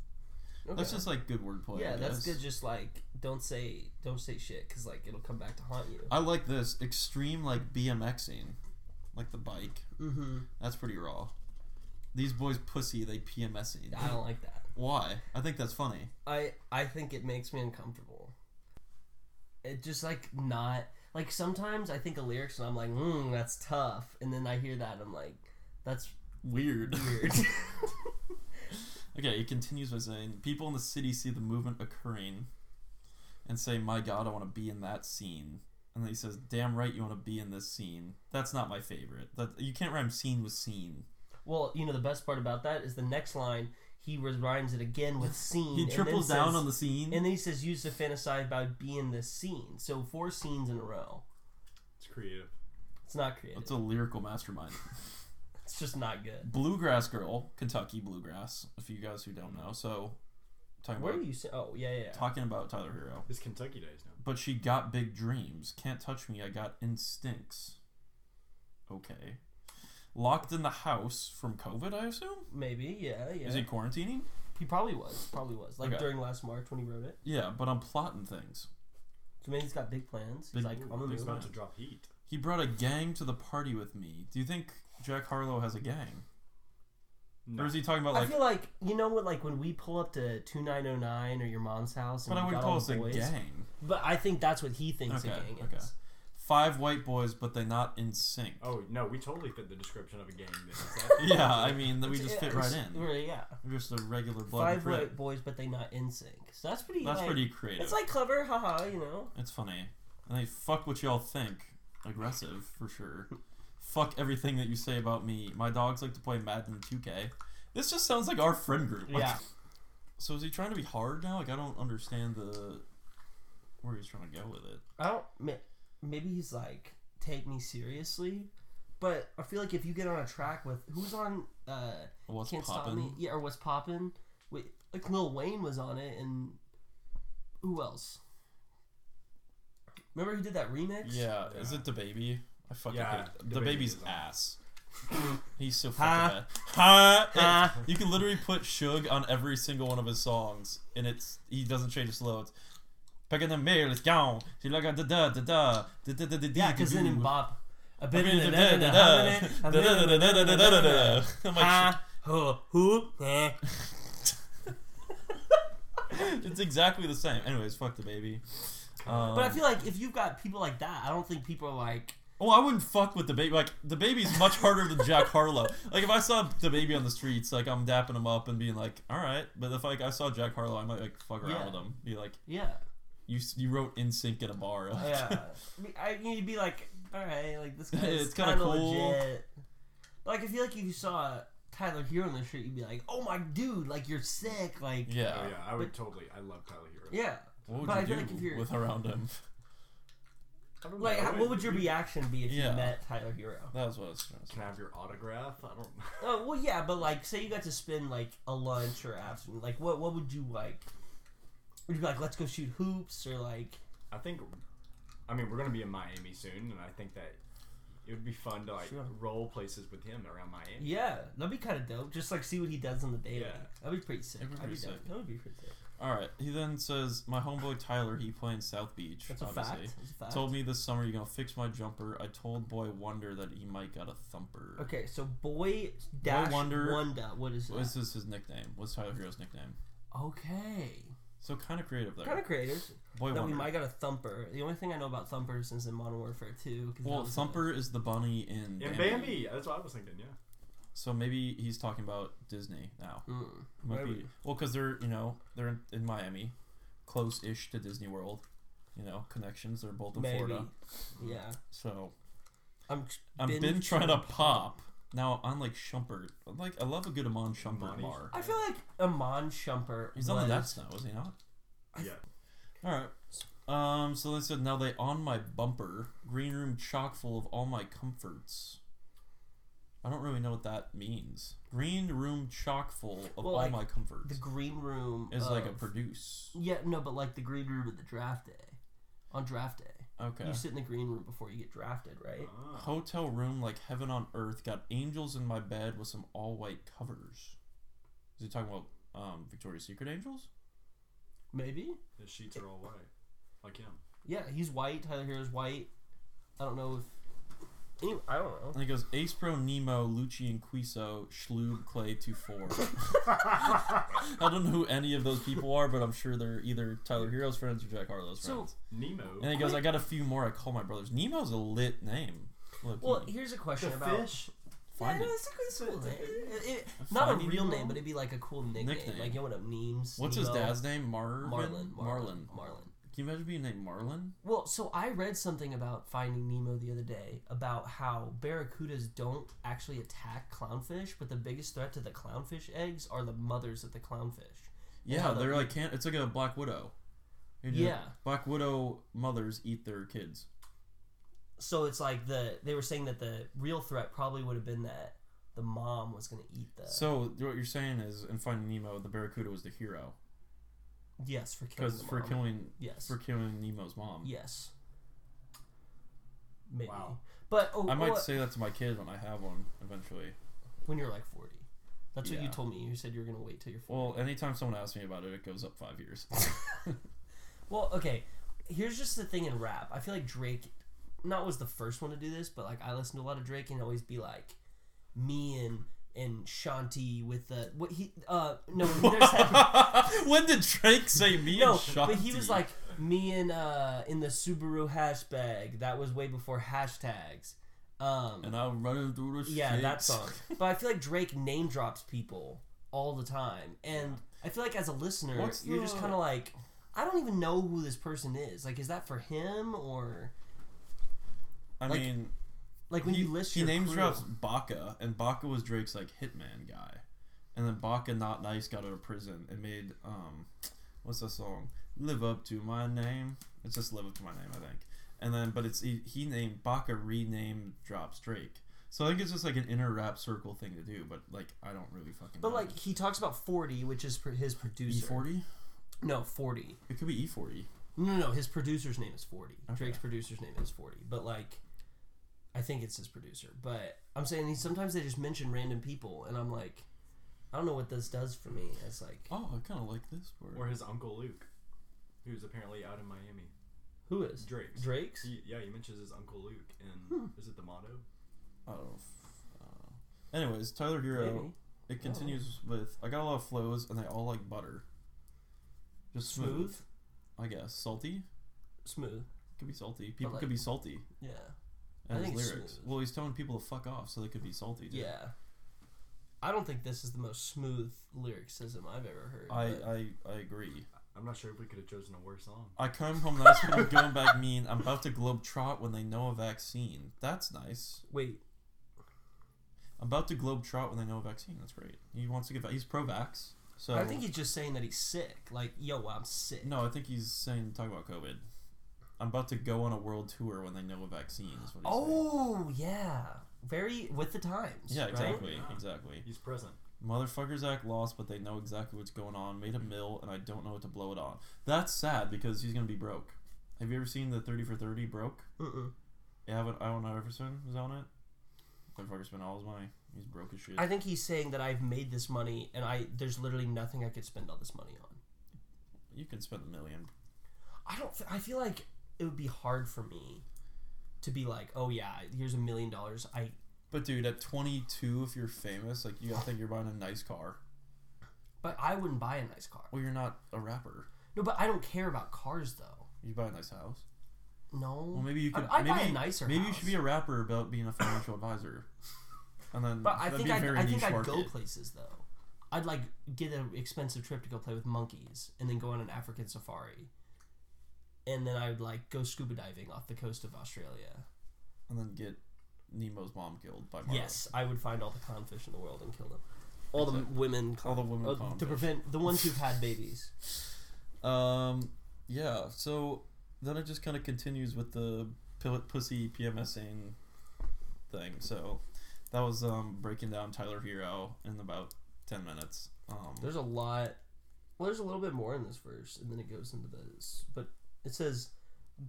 Speaker 1: Okay.
Speaker 2: That's just like good wordplay.
Speaker 1: yeah,
Speaker 2: I
Speaker 1: that's
Speaker 2: guess.
Speaker 1: good. Just like don't say don't say shit because like it'll come back to haunt you.
Speaker 2: I like this extreme like BMXing, like the bike.
Speaker 1: Mm-hmm.
Speaker 2: That's pretty raw. These boys pussy. They PMSing.
Speaker 1: I don't like that.
Speaker 2: Why? I think that's funny.
Speaker 1: I I think it makes me uncomfortable. It just like not like sometimes I think of lyrics and I'm like, hmm, that's tough, and then I hear that and I'm like, that's
Speaker 2: Weird.
Speaker 1: weird.
Speaker 2: okay. It continues by saying, "People in the city see the movement occurring, and say, my God, I want to be in that scene.'" And then he says, "Damn right, you want to be in this scene." That's not my favorite. That you can't rhyme scene with scene.
Speaker 1: well, you know the best part about that is the next line. He rhymes it again with scene.
Speaker 2: He
Speaker 1: and then
Speaker 2: triples down
Speaker 1: says-
Speaker 2: on the scene.
Speaker 1: And then he says, used to fantasize about being this scene. So four scenes in a row.
Speaker 3: It's creative.
Speaker 1: It's not creative.
Speaker 2: That's a lyrical mastermind.
Speaker 1: It's just not good.
Speaker 2: Bluegrass Girl, Kentucky Bluegrass. If you guys who don't know, so talking
Speaker 1: Where are
Speaker 2: about
Speaker 1: you? Sa- oh, yeah, yeah. yeah.
Speaker 2: talking about Tyler Hero,
Speaker 3: It's Kentucky Days now.
Speaker 2: but she got big dreams. Can't touch me. I got instincts. Okay. Locked in the house from COVID, I assume.
Speaker 1: Maybe, yeah, yeah.
Speaker 2: Is he quarantining?
Speaker 1: He probably was. Probably was. Like
Speaker 2: Okay.
Speaker 1: during last March when he wrote it.
Speaker 2: Yeah, but I'm plotting things.
Speaker 1: So maybe he's got big plans. He's
Speaker 2: Big-
Speaker 1: like, I'm gonna
Speaker 2: big
Speaker 1: move.
Speaker 3: It's
Speaker 1: on.
Speaker 3: about to drop heat.
Speaker 2: He brought a gang to the party with me. Do you think Jack Harlow has a gang,
Speaker 3: No.
Speaker 2: or is he talking about
Speaker 1: I
Speaker 2: like?
Speaker 1: feel like you know what, like when we pull up to two nine oh nine or your mom's house, and
Speaker 2: but I
Speaker 1: we
Speaker 2: would
Speaker 1: got
Speaker 2: call
Speaker 1: all
Speaker 2: us
Speaker 1: the
Speaker 2: a
Speaker 1: boys.
Speaker 2: gang.
Speaker 1: But I think that's what he thinks a
Speaker 2: Okay,
Speaker 1: gang
Speaker 2: okay.
Speaker 1: is.
Speaker 2: Five white boys, but they not in sync.
Speaker 3: Oh no, we totally fit the description of a gang. Then. Is that-
Speaker 2: Yeah, I mean, then we
Speaker 1: It's-
Speaker 2: just fit
Speaker 1: yeah,
Speaker 2: right
Speaker 1: it's-
Speaker 2: in.
Speaker 1: we're- Yeah,
Speaker 2: We're just a regular blood
Speaker 1: five
Speaker 2: crip.
Speaker 1: white boys, but they not in sync. So that's pretty.
Speaker 2: That's
Speaker 1: like-
Speaker 2: pretty creative.
Speaker 1: It's like clever, haha. You know,
Speaker 2: It's funny. And they fuck what y'all think. Aggressive for sure. fuck everything that you say about me. My dogs like to play Madden 2K. This just sounds like our friend group. Like-
Speaker 1: Yeah.
Speaker 2: So is he trying to be hard now? Like I don't understand the where he's trying to go with it.
Speaker 1: I don't. ma- Maybe he's like, take me seriously. But I feel like if you get on a track with who's on, uh,
Speaker 2: What's
Speaker 1: can't stop me,
Speaker 2: poppin'?
Speaker 1: yeah, or what's poppin', wait, like Lil Wayne was on it, and who else? Remember he did that remix?
Speaker 2: Yeah.
Speaker 3: Yeah.
Speaker 2: Is it the baby? I fucking
Speaker 3: Yeah,
Speaker 2: hate
Speaker 3: DaBaby
Speaker 2: the baby's
Speaker 3: is on.
Speaker 2: ass. He's so fucking
Speaker 1: Ha.
Speaker 2: bad. Ha,
Speaker 1: Ha.
Speaker 2: You can literally put Suge on every single one of his songs, and it's he doesn't change his slow. It's Pecking the mail is gone. She like a da da da da da da da da
Speaker 1: Yeah, because then in
Speaker 2: da
Speaker 1: Bop, I've
Speaker 2: da
Speaker 1: been in
Speaker 2: da da
Speaker 1: a
Speaker 2: da
Speaker 1: da- da- da-
Speaker 2: da da da da da da da da. I'm like,
Speaker 1: Ha, ho, Ah, who, eh.
Speaker 2: it's exactly the same. Anyways, fuck the baby. Um,
Speaker 1: But I feel like if you've got people like that, I don't think people are like,
Speaker 2: Oh, I wouldn't fuck with the baby. Like the baby's much harder than Jack Harlow. Like if I saw the baby on the streets, like I'm dapping him up and being like, "All right." But if like I saw Jack Harlow, I might like fuck around
Speaker 1: Yeah.
Speaker 2: with him. Be like,
Speaker 1: yeah,
Speaker 2: "You s- you wrote in sync at a bar." Like,
Speaker 1: yeah. I mean, I you'd be like, all right, like this guy's
Speaker 2: It's kinda
Speaker 1: kind of
Speaker 2: cool.
Speaker 1: legit. Like I feel like if you saw Tyler Hero on the street, you'd be like, oh my dude, like you're sick, like
Speaker 2: yeah.
Speaker 3: Oh, yeah, I would totally. I love Tyler Hero.
Speaker 1: yeah.
Speaker 2: What would
Speaker 1: But I
Speaker 2: you
Speaker 1: feel
Speaker 2: do
Speaker 1: like if you're-
Speaker 2: with around him?
Speaker 3: I don't
Speaker 1: Like,
Speaker 3: know.
Speaker 1: how, what would your reaction be if
Speaker 2: Yeah.
Speaker 1: you met Tyler Hero?
Speaker 2: That was what I was trying to say.
Speaker 3: Can I have your autograph? I don't.
Speaker 1: Oh well, yeah, but like, say you got to spend like a lunch or afternoon, like what what would you like? Would you be like, let's go shoot hoops or like?
Speaker 3: I think. I mean, we're gonna be in Miami soon, and I think that it would be fun to like
Speaker 1: Sure.
Speaker 3: roll places with him around Miami.
Speaker 1: Yeah, that'd be kind of dope. Just like see what he does on the daily.
Speaker 3: Yeah.
Speaker 1: That'd be pretty sick.
Speaker 2: That'd be
Speaker 1: I'd be
Speaker 2: pretty
Speaker 1: down.
Speaker 2: sick.
Speaker 1: That would be pretty sick.
Speaker 2: All right. He then says, "My homeboy Tyler, he played in South Beach.
Speaker 1: That's a
Speaker 2: obviously.
Speaker 1: fact. That's a fact.
Speaker 2: Told me this summer you're gonna fix my jumper. I told Boy Wonder that he might got a thumper.
Speaker 1: Okay, so boy dash
Speaker 2: Wonder-
Speaker 1: Wanda. What is that?
Speaker 2: What is this his nickname? What's Tyler Hero's nickname?
Speaker 1: okay,
Speaker 2: So kind of creative there.
Speaker 1: kind of creative.
Speaker 2: Boy
Speaker 1: That we
Speaker 2: Wonder.
Speaker 1: might got a thumper. The only thing I know about thumpers is in Modern Warfare 2. 'cause that
Speaker 2: Well,
Speaker 1: was a-
Speaker 2: Thumper is the bunny in
Speaker 3: And
Speaker 2: Bambi.
Speaker 3: Bambi. That's what I was thinking. Yeah.
Speaker 2: So maybe he's talking about Disney now.
Speaker 1: Mm.
Speaker 2: Might
Speaker 1: Maybe.
Speaker 2: be, well, because they're you know they're in, in Miami, close-ish to Disney World. You know connections. They're both in
Speaker 1: Maybe.
Speaker 2: Florida.
Speaker 1: Yeah,
Speaker 2: So
Speaker 1: I'm.
Speaker 2: I've
Speaker 1: been
Speaker 2: been, trying to pop. Now on like Shumpert. I'm Like I love a good Amon Shumpert
Speaker 3: Amani.
Speaker 2: bar.
Speaker 1: I feel like Amon Shumpert.
Speaker 2: He's
Speaker 1: was,
Speaker 2: on the Nets now, is he not?
Speaker 3: Yeah.
Speaker 2: All right. Um. So they said now they on my bumper. Green room chock full of all my comforts. I don't really know what that means. Green room chock full of
Speaker 1: Well,
Speaker 2: all
Speaker 1: like,
Speaker 2: my comforts
Speaker 1: The green room
Speaker 2: is like a
Speaker 1: of-
Speaker 2: produce.
Speaker 1: Yeah, no, but like the green room of the draft day. On draft day,
Speaker 2: Okay.
Speaker 1: you sit in the green room before you get drafted, right?
Speaker 3: Ah.
Speaker 2: Hotel room like heaven on earth. Got angels in my bed with some all white covers. Is he talking about um Victoria's Secret angels?
Speaker 1: Maybe.
Speaker 3: His sheets are all white, like him.
Speaker 1: Yeah, he's white. Tyler Hero's white. I don't know if Any- I don't know.
Speaker 2: I think it was Ace Pro, Nemo, Lucci, and Quiso, Schlub, Clay, 2 4. I don't know who any of those people are, but I'm sure they're either Tyler Hero's friends or Jack Harlow's
Speaker 1: So-
Speaker 2: friends.
Speaker 3: Nemo.
Speaker 2: And he goes, I got a few more I call my brothers. Nemo's a lit name. Look,
Speaker 1: Well,
Speaker 2: he-
Speaker 1: here's a question
Speaker 3: the
Speaker 1: about
Speaker 3: fish.
Speaker 1: Hmm. Yeah,
Speaker 2: find
Speaker 1: no,
Speaker 2: it.
Speaker 1: it's a cool name. It- it- not a
Speaker 2: Finding
Speaker 1: real
Speaker 2: Nemo?
Speaker 1: name, but it'd be like a cool nickname.
Speaker 2: Nickname.
Speaker 1: Like you know what up memes.
Speaker 2: What's his
Speaker 1: Nemo,
Speaker 2: dad's name? Marvin?
Speaker 1: Marlin.
Speaker 2: Marlin.
Speaker 1: Marlin. Marlin.
Speaker 2: Can you imagine being named Marlin?
Speaker 1: Well, so I read something about Finding Nemo the other day about how barracudas don't actually attack clownfish, but the biggest threat to the clownfish eggs are the mothers of the clownfish.
Speaker 2: Yeah,
Speaker 1: Yeah,
Speaker 2: they're
Speaker 1: the-
Speaker 2: like can't. It's like a Black Widow. You just-
Speaker 1: Yeah.
Speaker 2: Black Widow mothers eat their kids.
Speaker 1: So it's like the they were saying that the real threat probably would have been that the mom was going to eat the
Speaker 2: So what you're saying is, in Finding Nemo, the Barracuda was the hero
Speaker 1: yes for killing
Speaker 2: because
Speaker 1: the
Speaker 2: for
Speaker 1: mom.
Speaker 2: killing
Speaker 1: yes
Speaker 2: for killing Nemo's mom.
Speaker 1: yes maybe
Speaker 3: Wow.
Speaker 1: but oh,
Speaker 2: I might
Speaker 1: what-
Speaker 2: say that to my kid when I have one eventually.
Speaker 1: when you're like 40. That's what you
Speaker 2: Yeah.
Speaker 1: told me. You said you were going to wait till you're 40.
Speaker 2: Well, anytime someone asks me about it, it goes up five years.
Speaker 1: Well, okay. Here's just the thing in rap. I feel like Drake not was the first one to do this, but like I listen to a lot of Drake and always be like me and and Shanti with the what he uh no there's that,
Speaker 2: when did Drake say me
Speaker 1: no
Speaker 2: and Shanti?
Speaker 1: but he was like me and uh in the Subaru hashtag that was way before hashtags um
Speaker 2: and I'm running through the
Speaker 1: Yeah, that
Speaker 2: streets.
Speaker 1: song. But I feel like Drake name drops people all the time, and I feel like as a listener,
Speaker 2: What's
Speaker 1: you're just
Speaker 2: the-
Speaker 1: kind of like, I don't even know who this person is. Like, is that for him or
Speaker 2: I
Speaker 1: Like,
Speaker 2: mean,
Speaker 1: like when
Speaker 2: he,
Speaker 1: you list
Speaker 2: he
Speaker 1: your
Speaker 2: names
Speaker 1: crew-
Speaker 2: drops Baca, and Baca was Drake's like hitman guy, and then Baca not nice got out of prison and made um, what's that song? Live up to my name. It's just live up to my name, I think. And then, but it's he, he named Baca renamed drops Drake. So I think it's just like an inner rap circle thing to do, but like I don't really fucking.
Speaker 1: But
Speaker 2: know.
Speaker 1: like he talks about forty, which is pro- his
Speaker 2: E
Speaker 1: producer.
Speaker 2: forty,
Speaker 1: No, forty.
Speaker 2: it could be E forty.
Speaker 1: No, no, no. His producer's name is forty.
Speaker 2: Okay.
Speaker 1: Drake's producer's name is forty. But like, I think it's his producer. But I'm saying he, sometimes they just mention random people, and I'm like, I don't know what this does for me. It's like,
Speaker 2: Oh, I kind of like this word.
Speaker 3: Or his uncle Luke, who's apparently out in Miami.
Speaker 1: who is
Speaker 3: Drake's.
Speaker 1: Drake's?
Speaker 3: He, yeah, he mentions his uncle Luke in
Speaker 1: Hmm.
Speaker 3: is it the motto?
Speaker 2: I don't know. if- I don't know. Anyways, Tyler Hero.
Speaker 1: Maybe.
Speaker 2: It continues with I got a lot of flows and they all like butter. Just smooth,
Speaker 1: smooth,
Speaker 2: I guess. Salty?
Speaker 1: smooth.
Speaker 2: Could be salty. People
Speaker 1: like-
Speaker 2: could be salty.
Speaker 1: Yeah,
Speaker 2: At
Speaker 1: I
Speaker 2: his
Speaker 1: think it's
Speaker 2: lyrics.
Speaker 1: smooth.
Speaker 2: Well, he's telling people to fuck off, so they could be salty. Too.
Speaker 1: yeah. I don't think this is the most smooth lyricism I've ever heard.
Speaker 2: I, uh,
Speaker 1: but-
Speaker 2: I I agree.
Speaker 3: I'm not sure if we could have chosen a worse song.
Speaker 2: I come home nice when I'm going back mean. I'm about to globe trot when they know a vaccine. That's nice.
Speaker 1: wait.
Speaker 2: I'm about to globe trot when they know a vaccine. That's great. He wants to give. He's pro-vax. So
Speaker 1: I think he's just saying that he's sick. Like, yo, I'm sick.
Speaker 2: no. I think he's saying talk about COVID. I'm about to go on a world tour when they know a vaccine. Is what he's saying.
Speaker 1: Oh yeah, very with the times.
Speaker 2: Yeah,
Speaker 1: right?
Speaker 2: exactly,
Speaker 3: Yeah.
Speaker 2: exactly.
Speaker 3: He's present.
Speaker 2: Motherfuckers act lost, but they know exactly what's going on. Made a mill, and I don't know what to blow it on. That's sad because he's gonna be broke. Have you ever seen the Thirty for Thirty broke?
Speaker 1: Mm-mm.
Speaker 2: Yeah, haven't I don't know Everson was on it. Motherfucker spent all his money. He's broke as shit.
Speaker 1: I think he's saying that I've made this money, and I there's literally nothing I could spend all this money on.
Speaker 2: you can spend a million.
Speaker 1: I don't. f- I feel like it would be hard for me to be like, oh yeah, here's a million dollars. I
Speaker 2: But dude, at 22, if you're famous, like you gotta think you're buying a nice car.
Speaker 1: but I wouldn't buy a nice car.
Speaker 2: Well, you're not a rapper.
Speaker 1: No, but I don't care about cars though.
Speaker 2: You buy a nice house.
Speaker 1: No.
Speaker 2: Well, maybe you could.
Speaker 1: I, I'd
Speaker 2: maybe,
Speaker 1: buy a nicer.
Speaker 2: Maybe you
Speaker 1: house.
Speaker 2: should be a rapper about being a financial advisor. And then,
Speaker 1: But I
Speaker 2: that'd
Speaker 1: think
Speaker 2: be a
Speaker 1: I'd,
Speaker 2: very
Speaker 1: I think
Speaker 2: niche
Speaker 1: I'd
Speaker 2: market.
Speaker 1: go places though. I'd like get an expensive trip to go play with monkeys, and then go on an African safari, and then I would like go scuba diving off the coast of Australia.
Speaker 2: and then get Nemo's mom killed by Marlin.
Speaker 1: Yes, I would find all the clownfish in the world and kill them. All the
Speaker 2: Exactly.
Speaker 1: women,
Speaker 2: all the women.
Speaker 1: uh,
Speaker 2: clown
Speaker 1: to
Speaker 2: fish.
Speaker 1: prevent the ones who've had babies.
Speaker 2: Um, yeah. So then it just kind of continues with the pill- pussy PMSing thing. So that was um breaking down Tyler Hero in about ten minutes. Um,
Speaker 1: There's a lot. Well, there's a little bit more in this verse, and then it goes into this. But it says,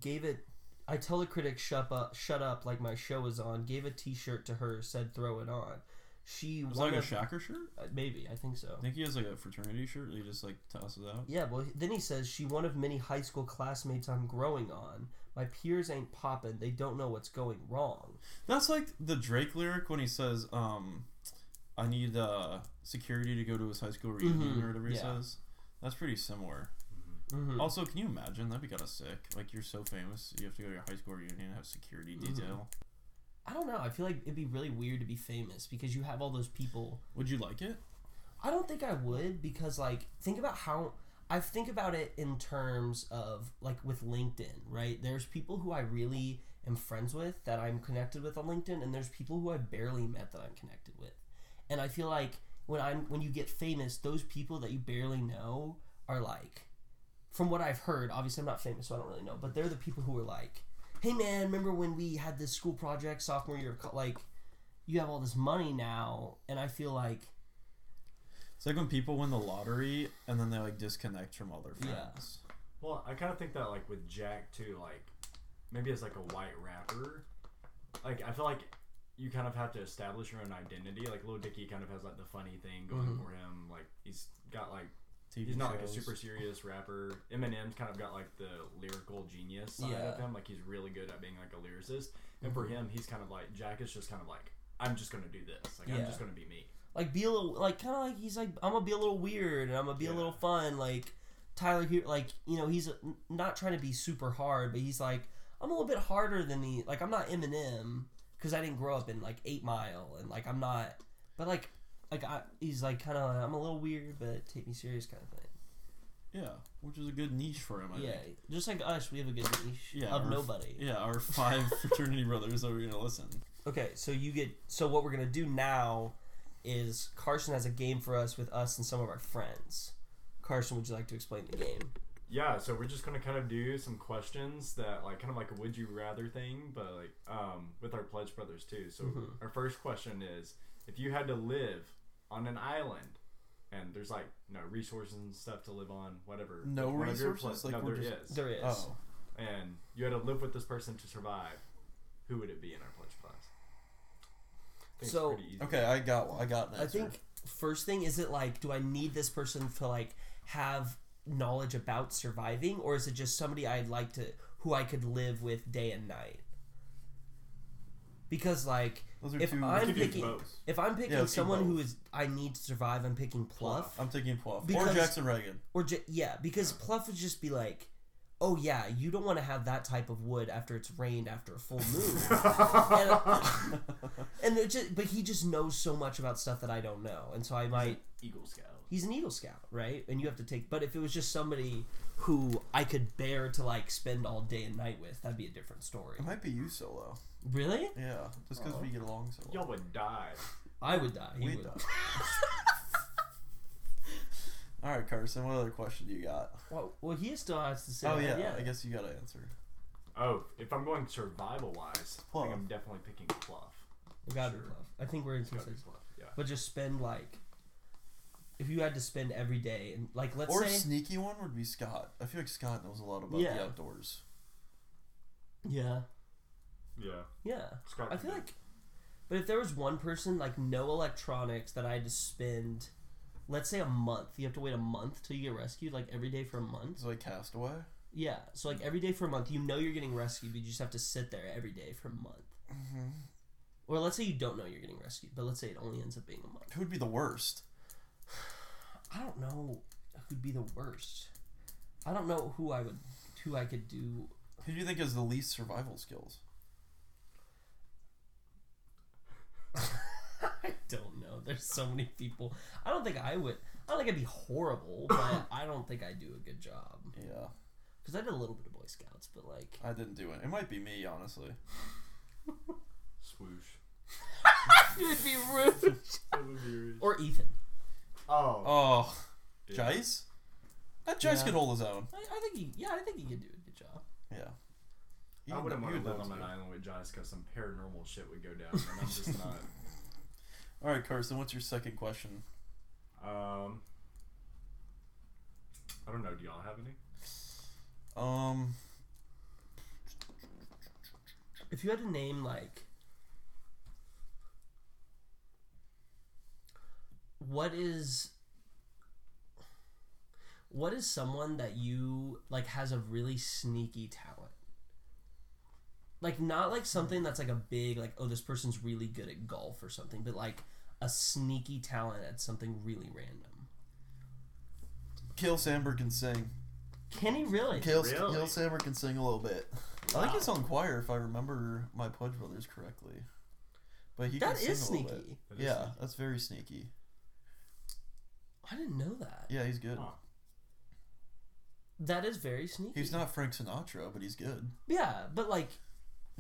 Speaker 1: "Gave it." I tell the critic, "Shut up, shut up!" Like my show is on. Gave a T-shirt to her, said, "Throw it on." She
Speaker 2: was
Speaker 1: one
Speaker 2: like a
Speaker 1: of-
Speaker 2: Shacker shirt.
Speaker 1: uh, maybe I think so.
Speaker 2: I think he has like a fraternity shirt. That he just like tosses out.
Speaker 1: Yeah, well, then he says she one of many high school classmates I'm growing on, My peers ain't popping. They don't know what's going wrong.
Speaker 2: That's like the Drake lyric when he says, um, I need uh, security to go to his high school reunion
Speaker 1: Mhm,
Speaker 2: or whatever he
Speaker 1: yeah.
Speaker 2: says. That's pretty similar.
Speaker 1: Mhm.
Speaker 2: Also, can you imagine? That'd be kind of sick. Like, you're so famous, you have to go to your high school reunion and have security detail.
Speaker 1: I don't know. I feel like it'd be really weird to be famous because you have all those people.
Speaker 2: Would you like it?
Speaker 1: I don't think I would because like think about how I think about it in terms of like with LinkedIn, right? There's people who I really am friends with that I'm connected with on LinkedIn and there's people who I barely met that I'm connected with. And I feel like when I'm when you get famous, those people that you barely know are like from what I've heard, obviously I'm not famous so I don't really know, but they're the people who are like, "Hey man, remember when we had this school project sophomore year of co-? like you have all this money now and I feel like
Speaker 2: It's like when people win the lottery and then they like disconnect from all their
Speaker 1: Yeah.
Speaker 2: friends.
Speaker 3: Well, I kind of think that like with Jack too, like maybe as like a white rapper, like I feel like you kind of have to establish your own identity. Like Lil Dicky kind of has like the funny thing going
Speaker 1: Mm-hmm.
Speaker 3: for him. Like he's got like
Speaker 2: TV
Speaker 3: he's not like a
Speaker 2: shows.
Speaker 3: super serious rapper. Eminem's kind of got like the lyrical genius side
Speaker 1: Yeah. Mm-hmm.
Speaker 3: of him. Like he's really good at being like a lyricist. And for him, he's kind of like Jack is just kind of like I'm just gonna do this. Like I'm
Speaker 1: Yeah.
Speaker 3: just gonna be me.
Speaker 1: like be a little like kind of like he's like I'm gonna be a little weird and I'm gonna be a
Speaker 3: Yeah.
Speaker 1: little fun like Tyler here like you know he's uh, n- not trying to be super hard but he's like I'm a little bit harder than the like I'm not Eminem because I didn't grow up in like Eight Mile and like I'm not but like like I he's like kind of I'm a little weird but take me serious kind of thing
Speaker 2: Yeah, which is a good niche for him, I
Speaker 1: yeah
Speaker 2: think.
Speaker 1: just like us we have a good niche
Speaker 2: Yeah,
Speaker 1: of
Speaker 2: our-
Speaker 1: nobody
Speaker 2: Yeah, our five fraternity brothers are going to listen.
Speaker 1: Okay, so you get so what we're gonna do now is Carson has a game for us with us and some of our friends. Carson, would you like to explain the game?
Speaker 3: Yeah, so we're just gonna kind of do some questions that like kind of like a would you rather thing, but like um with our pledge brothers too. So
Speaker 2: Mm-hmm.
Speaker 3: our first question is if you had to live on an island and there's like no resources and stuff to live on, whatever.
Speaker 2: No
Speaker 3: one of your
Speaker 2: resources?
Speaker 3: pledge-
Speaker 2: Like,
Speaker 3: no,
Speaker 2: we're
Speaker 3: there
Speaker 2: just-
Speaker 3: is.
Speaker 1: There is.
Speaker 2: Oh.
Speaker 3: And you had to live with this person to survive. Who would it be in our pledge class? I think it's
Speaker 1: So-
Speaker 3: pretty easy.
Speaker 2: Okay, I got one. I got an
Speaker 1: I
Speaker 2: answer.
Speaker 1: think first thing is it like do I need this person to like have knowledge about surviving or is it just somebody I'd like to who I could live with day and night? Because like
Speaker 2: Those are
Speaker 1: if
Speaker 2: two-
Speaker 1: I'm
Speaker 2: You could do
Speaker 1: picking
Speaker 3: both.
Speaker 1: if I'm picking
Speaker 2: Yeah, let's do
Speaker 1: someone who
Speaker 2: both.
Speaker 1: is I need to survive, I'm picking Pluff.
Speaker 2: I'm thinking Pluff. Or
Speaker 1: Because-
Speaker 2: Jackson Reagan.
Speaker 1: or ju- yeah, because Pluff would just be like, "Oh yeah, you don't want to have that type of wood after it's rained after a full moon." and and it just, but he just knows so much about stuff that I don't know, and so I might.
Speaker 3: Eagle Scout.
Speaker 1: He's an Eagle Scout, right? And you have to take. But if it was just somebody who I could bear to like spend all day and night with, that'd be a different story.
Speaker 2: It might be you solo.
Speaker 1: Really?
Speaker 2: Yeah, just because we get along so well.
Speaker 3: Y'all would die.
Speaker 1: I would die. He
Speaker 2: We
Speaker 1: would.
Speaker 2: die. All right, Carson. What other question do you got?
Speaker 1: Well, well, he still has to say.
Speaker 2: Oh yeah,
Speaker 1: that,
Speaker 2: I guess you got to answer.
Speaker 3: Oh, if I'm going survival wise, I
Speaker 2: Pluff.
Speaker 3: think I'm definitely picking Pluff.
Speaker 1: It gotta be
Speaker 3: Sure.
Speaker 1: Pluff. I think we're in
Speaker 3: It's gotta be
Speaker 1: consensus.
Speaker 3: Pluff. Yeah.
Speaker 1: but just spend like if you had to spend every day and like let's
Speaker 2: Or
Speaker 1: say
Speaker 2: sneaky one would be Scott. I feel like Scott knows a lot about
Speaker 1: Yeah.
Speaker 2: the outdoors.
Speaker 1: yeah
Speaker 3: Yeah.
Speaker 1: yeah
Speaker 3: Scott
Speaker 1: i
Speaker 3: can
Speaker 1: feel
Speaker 3: do it.
Speaker 1: like but if there was one person like no electronics that i had to spend let's say a month you have to wait a month till you get rescued like every day for a month
Speaker 2: It's like Castaway.
Speaker 1: yeah so like every day for a month you know you're getting rescued but you just have to sit there every day for a month or let's say you don't know you're getting rescued but let's say it only ends up being a month
Speaker 2: Who would be the worst?
Speaker 1: I don't know who'd be the worst. I don't know who I would who I could do.
Speaker 2: Who do you think has the least survival skills?
Speaker 1: I don't know. There's so many people. I don't think I would. I don't think I'd be horrible, but I don't think I do a good job
Speaker 2: Yeah,
Speaker 1: because I did a little bit of Boy Scouts, but like
Speaker 2: I didn't do it. It might be me, honestly.
Speaker 3: Swoosh.
Speaker 1: it would be rude. or Ethan.
Speaker 3: oh.
Speaker 2: Oh,
Speaker 3: Yeah.
Speaker 2: Jace. That Jace
Speaker 1: Yeah.
Speaker 2: could hold his own.
Speaker 1: I, I think he. Yeah, I think he could do a good job.
Speaker 2: Yeah.
Speaker 3: I
Speaker 2: would
Speaker 3: wouldn't want to live
Speaker 2: done
Speaker 3: on an
Speaker 2: too.
Speaker 3: island with Josh because some paranormal shit would go down, and I'm just not.
Speaker 2: All right, Carson. What's your second question?
Speaker 3: Um, I don't know. Do y'all have any?
Speaker 2: Um,
Speaker 1: If you had to name like what is what is someone that you like has a really sneaky talent like not like something that's like a big like oh this person's really good at golf or something, but like a sneaky talent at something really random.
Speaker 2: Kill Sandberg can sing.
Speaker 1: Can he really?
Speaker 2: Kill,
Speaker 3: Really?
Speaker 2: Kill Sandberg can sing a little bit. I think
Speaker 1: Wow.
Speaker 2: it's on choir if I remember my Pledge Brothers correctly. But he
Speaker 1: that
Speaker 2: can
Speaker 1: is
Speaker 2: sing a little
Speaker 1: sneaky.
Speaker 3: That
Speaker 2: bit.
Speaker 3: is
Speaker 2: Yeah,
Speaker 3: sneaky.
Speaker 2: that's very sneaky.
Speaker 1: I didn't know that.
Speaker 2: Yeah, he's good.
Speaker 3: Huh.
Speaker 1: That is very sneaky.
Speaker 2: He's not Frank Sinatra, but he's good.
Speaker 1: Yeah, but like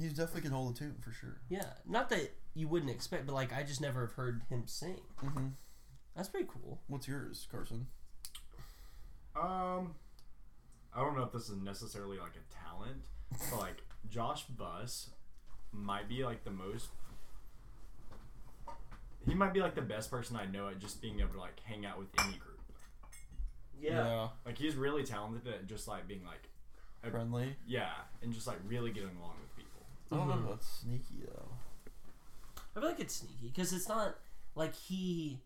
Speaker 2: He definitely can hold a tune for sure.
Speaker 1: yeah, not that you wouldn't expect, but like I just never have heard him sing.
Speaker 2: Mm-hmm.
Speaker 1: That's pretty cool.
Speaker 2: What's yours, Carson?
Speaker 3: Um, I don't know if this is necessarily like a talent, but like Josh Buss might be like the most. He might be like the best person I know at just being able to like hang out with any group. Like he's really talented at just like being like,
Speaker 2: Friendly.
Speaker 3: yeah, and just like really getting along with people.
Speaker 2: I don't
Speaker 3: Mm-hmm.
Speaker 2: know if that's sneaky though.
Speaker 1: I feel like it's sneaky because it's not like he,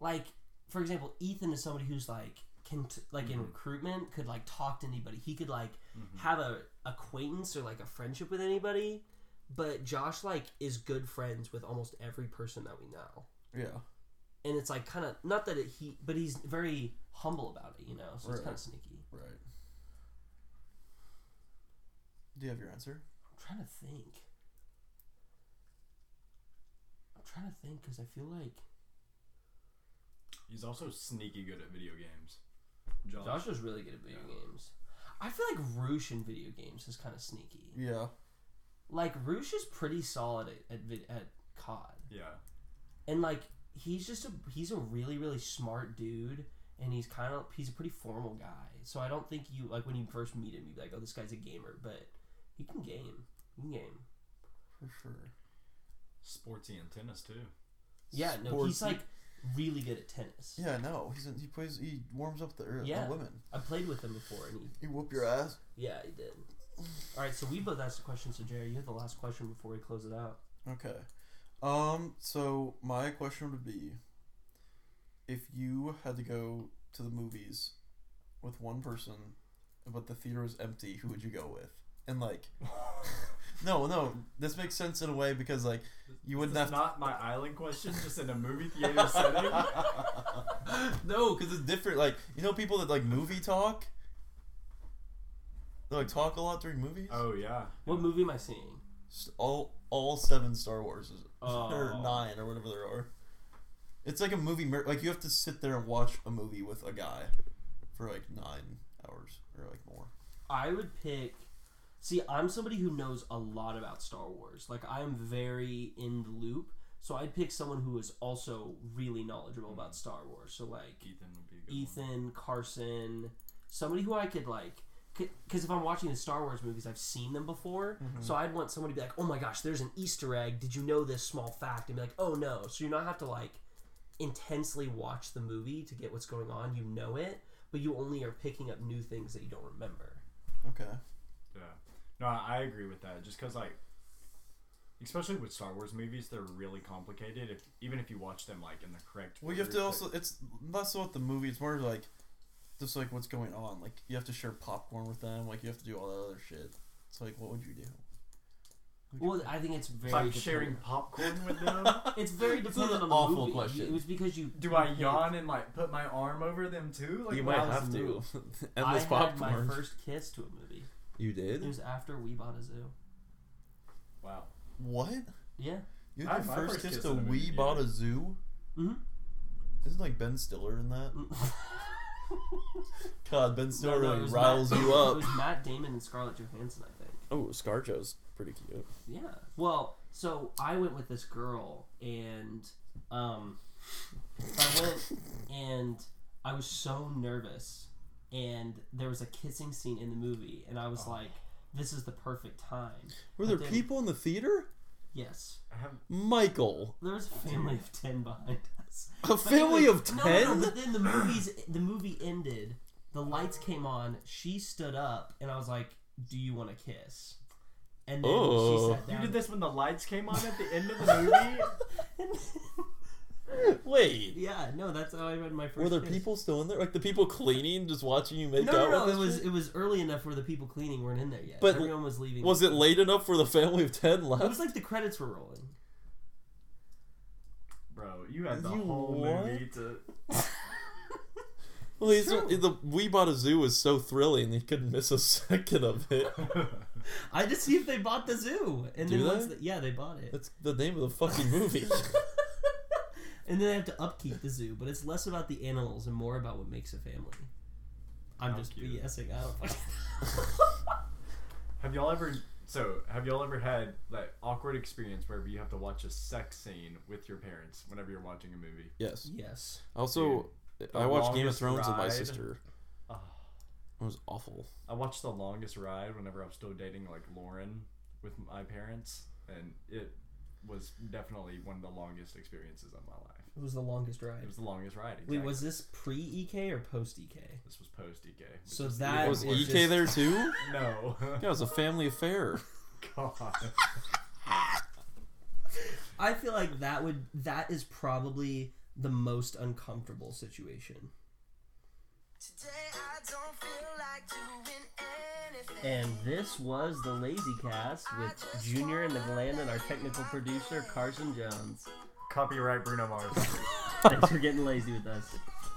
Speaker 1: like for example, Ethan is somebody who's like can t- like in recruitment could like talk to anybody. He could like have a acquaintance or like a friendship with anybody. But Josh like is good friends with almost every person that we know,
Speaker 2: Yeah.
Speaker 1: and it's like kind of not that it, he, but he's very humble about it, you know. So it's
Speaker 2: Right.
Speaker 1: kind of sneaky.
Speaker 2: Right. Do you have your answer?
Speaker 1: I'm trying to think. I'm trying to think because I feel like
Speaker 3: He's also sneaky good at video games. Josh,
Speaker 1: Josh was really good at video games. I feel like Roosh in video games is kind of sneaky.
Speaker 2: Yeah.
Speaker 1: Like Roosh is pretty solid at at, vid- at COD,
Speaker 3: yeah,
Speaker 1: and like he's just a he's a really really smart dude, and he's kind of he's a pretty formal guy. So I don't think you like when you first meet him, you'd be like, oh, this guy's a gamer, but he can game, he can game.
Speaker 2: For sure.
Speaker 3: sportsy and tennis too.
Speaker 1: Yeah, no, he's
Speaker 2: Sportsy.
Speaker 1: like really good at tennis.
Speaker 2: Yeah, no. He's in, he plays. He warms up the, er,
Speaker 1: Yeah.
Speaker 2: the women.
Speaker 1: I played with him before, and he
Speaker 2: He whoop your ass.
Speaker 1: yeah, he did. All right, so we both asked the question. So Jerry, you have the last question before we close it out.
Speaker 2: Okay. Um. So my question would be, if you had to go to the movies with one person, but the theater was empty, who would you go with? And like, no, no. This makes sense in a way because like you wouldn't
Speaker 3: This
Speaker 2: have
Speaker 3: is not my island question, just in a movie theater setting.
Speaker 2: No, because it's different. Like you know, people that like movie talk. They like talk a lot during movies.
Speaker 3: Oh yeah,
Speaker 1: What movie am I seeing?
Speaker 2: S- All all seven Star Wars or
Speaker 1: Oh.
Speaker 2: nine or whatever there are. It's like a movie. Mer- like you have to sit there and watch a movie with a guy for like nine hours or like more.
Speaker 1: I would pick. See, I'm somebody who knows a lot about Star Wars. Like, I'm very in the loop. So I'd pick someone who is also really knowledgeable about Star Wars. So, like,
Speaker 3: Ethan would be a good one.
Speaker 1: Ethan, Carson, somebody who I could, like, because if I'm watching the Star Wars movies, I've seen them before. So I'd want somebody to be like, oh my gosh, there's an Easter egg. Did you know this small fact? And be like, oh no. So you not have to, like, intensely watch the movie to get what's going on. You know it, but you only are picking up new things that you don't remember.
Speaker 2: Okay.
Speaker 3: Yeah. No, I I agree with that. Just because, like, especially with Star Wars movies, they're really complicated. If even if you watch them like in the correct.
Speaker 2: Well, you have
Speaker 3: order,
Speaker 2: to
Speaker 3: but-
Speaker 2: also. It's less about the movie. It's more like just like what's going on. Like you have to share popcorn with them. Like you have to do all that other shit. It's like what would you do? Who'd you
Speaker 1: Well, I think it's very
Speaker 3: It's like
Speaker 1: dependent-
Speaker 3: sharing popcorn with them.
Speaker 1: It's very
Speaker 2: This is
Speaker 1: dependent
Speaker 2: an
Speaker 1: on the
Speaker 2: awful
Speaker 1: movie.
Speaker 2: question.
Speaker 1: It was because you
Speaker 3: Do I yawn and like put my arm over them too? Like
Speaker 5: you
Speaker 3: when
Speaker 5: might
Speaker 3: I was
Speaker 5: have to.
Speaker 3: little?
Speaker 5: Endless
Speaker 1: I
Speaker 5: popcorn.
Speaker 1: had my first kiss to a movie.
Speaker 5: you
Speaker 1: It
Speaker 5: did?
Speaker 1: was after we bought a zoo.
Speaker 3: Wow.
Speaker 2: What?
Speaker 1: Yeah.
Speaker 2: You
Speaker 3: I
Speaker 2: had your
Speaker 3: had my
Speaker 2: first
Speaker 3: first
Speaker 2: kiss
Speaker 3: kiss
Speaker 2: to
Speaker 3: in a movie
Speaker 2: We
Speaker 3: theater.
Speaker 2: Bought a Zoo?
Speaker 1: Mhm.
Speaker 2: Isn't like Ben Stiller in that? God, Ben
Speaker 1: Mm-hmm. No, no,
Speaker 2: Stiller
Speaker 1: it
Speaker 2: really
Speaker 1: was
Speaker 2: riles
Speaker 1: Matt-
Speaker 2: you
Speaker 1: It
Speaker 2: up.
Speaker 1: was Matt Damon and Scarlett Johansson, I think.
Speaker 5: Oh, ScarJo's pretty cute.
Speaker 1: Yeah. Well, so I went with this girl, and um, I went, and I was so nervous, and there was a kissing scene in the movie, and I was
Speaker 2: Oh.
Speaker 1: like, "This is the perfect time."
Speaker 5: Were
Speaker 1: But
Speaker 5: there
Speaker 1: then-
Speaker 5: people in the theater?
Speaker 1: Yes.
Speaker 3: I have
Speaker 5: Michael.
Speaker 1: There was a family of ten behind us.
Speaker 5: A family of ten?
Speaker 1: No, no, no, but then the movies the movie ended. The lights came on. She stood up, and I was like, "Do you want to kiss?" And then
Speaker 5: Oh.
Speaker 1: she sat
Speaker 3: You
Speaker 1: down.
Speaker 3: did this when the lights came on at the end of the movie.
Speaker 2: Wait.
Speaker 1: Yeah, no, that's how I read my first.
Speaker 2: Were there
Speaker 1: case.
Speaker 2: people still in there? Like the people cleaning, just watching you make
Speaker 1: No, no,
Speaker 2: out?
Speaker 1: no.
Speaker 2: with
Speaker 1: It
Speaker 2: this
Speaker 1: was
Speaker 2: chick?
Speaker 1: it was early enough where the people cleaning weren't in there yet.
Speaker 2: But
Speaker 1: everyone was leaving.
Speaker 2: Was it late enough for the family of ten left?
Speaker 1: It was like the credits were rolling.
Speaker 3: Bro, you had the
Speaker 2: You
Speaker 3: whole
Speaker 2: what?
Speaker 3: movie to.
Speaker 2: Well, he's,
Speaker 1: True.
Speaker 2: the We Bought a Zoo is so thrilling he couldn't miss a second of it.
Speaker 1: I had to see if they bought the zoo, and
Speaker 2: Do
Speaker 1: then
Speaker 2: they?
Speaker 1: once the- yeah, they bought it.
Speaker 2: That's the name of the fucking movie.
Speaker 1: and then I have to upkeep the zoo, but it's less about the animals and more about what makes a family. I'm
Speaker 3: How
Speaker 1: just
Speaker 3: cute.
Speaker 1: BSing. I don't fucking.
Speaker 3: have y'all ever? So, have y'all ever had that awkward experience where you have to watch a sex scene with your parents whenever you're watching a movie?
Speaker 2: yes.
Speaker 1: yes.
Speaker 2: Also, I
Speaker 3: The
Speaker 2: watched Game of
Speaker 3: Longest
Speaker 2: Thrones with my
Speaker 3: Ride.
Speaker 2: sister.
Speaker 3: Oh.
Speaker 2: It was awful.
Speaker 3: I watched The Longest Ride whenever I was still dating like Lauren with my parents, and it was definitely one of the longest experiences of my life.
Speaker 1: It was the longest ride.
Speaker 3: It was the longest ride. Exactly.
Speaker 1: Wait, was this pre EK or post EK?
Speaker 3: This was post EK. which
Speaker 1: So
Speaker 3: is
Speaker 1: that
Speaker 3: even
Speaker 2: Was E
Speaker 1: was
Speaker 3: worse.
Speaker 2: EK
Speaker 1: just-
Speaker 2: there too?
Speaker 3: No.
Speaker 2: Yeah, it was a family affair.
Speaker 3: God.
Speaker 1: I feel like that would that is probably the most uncomfortable situation.
Speaker 4: Today I don't feel like doing anything.
Speaker 1: And this was the Lazy Cast with Junior and the Gland and our technical producer Carson Jones.
Speaker 3: Copyright Bruno Mars.
Speaker 1: Thanks for getting lazy with us.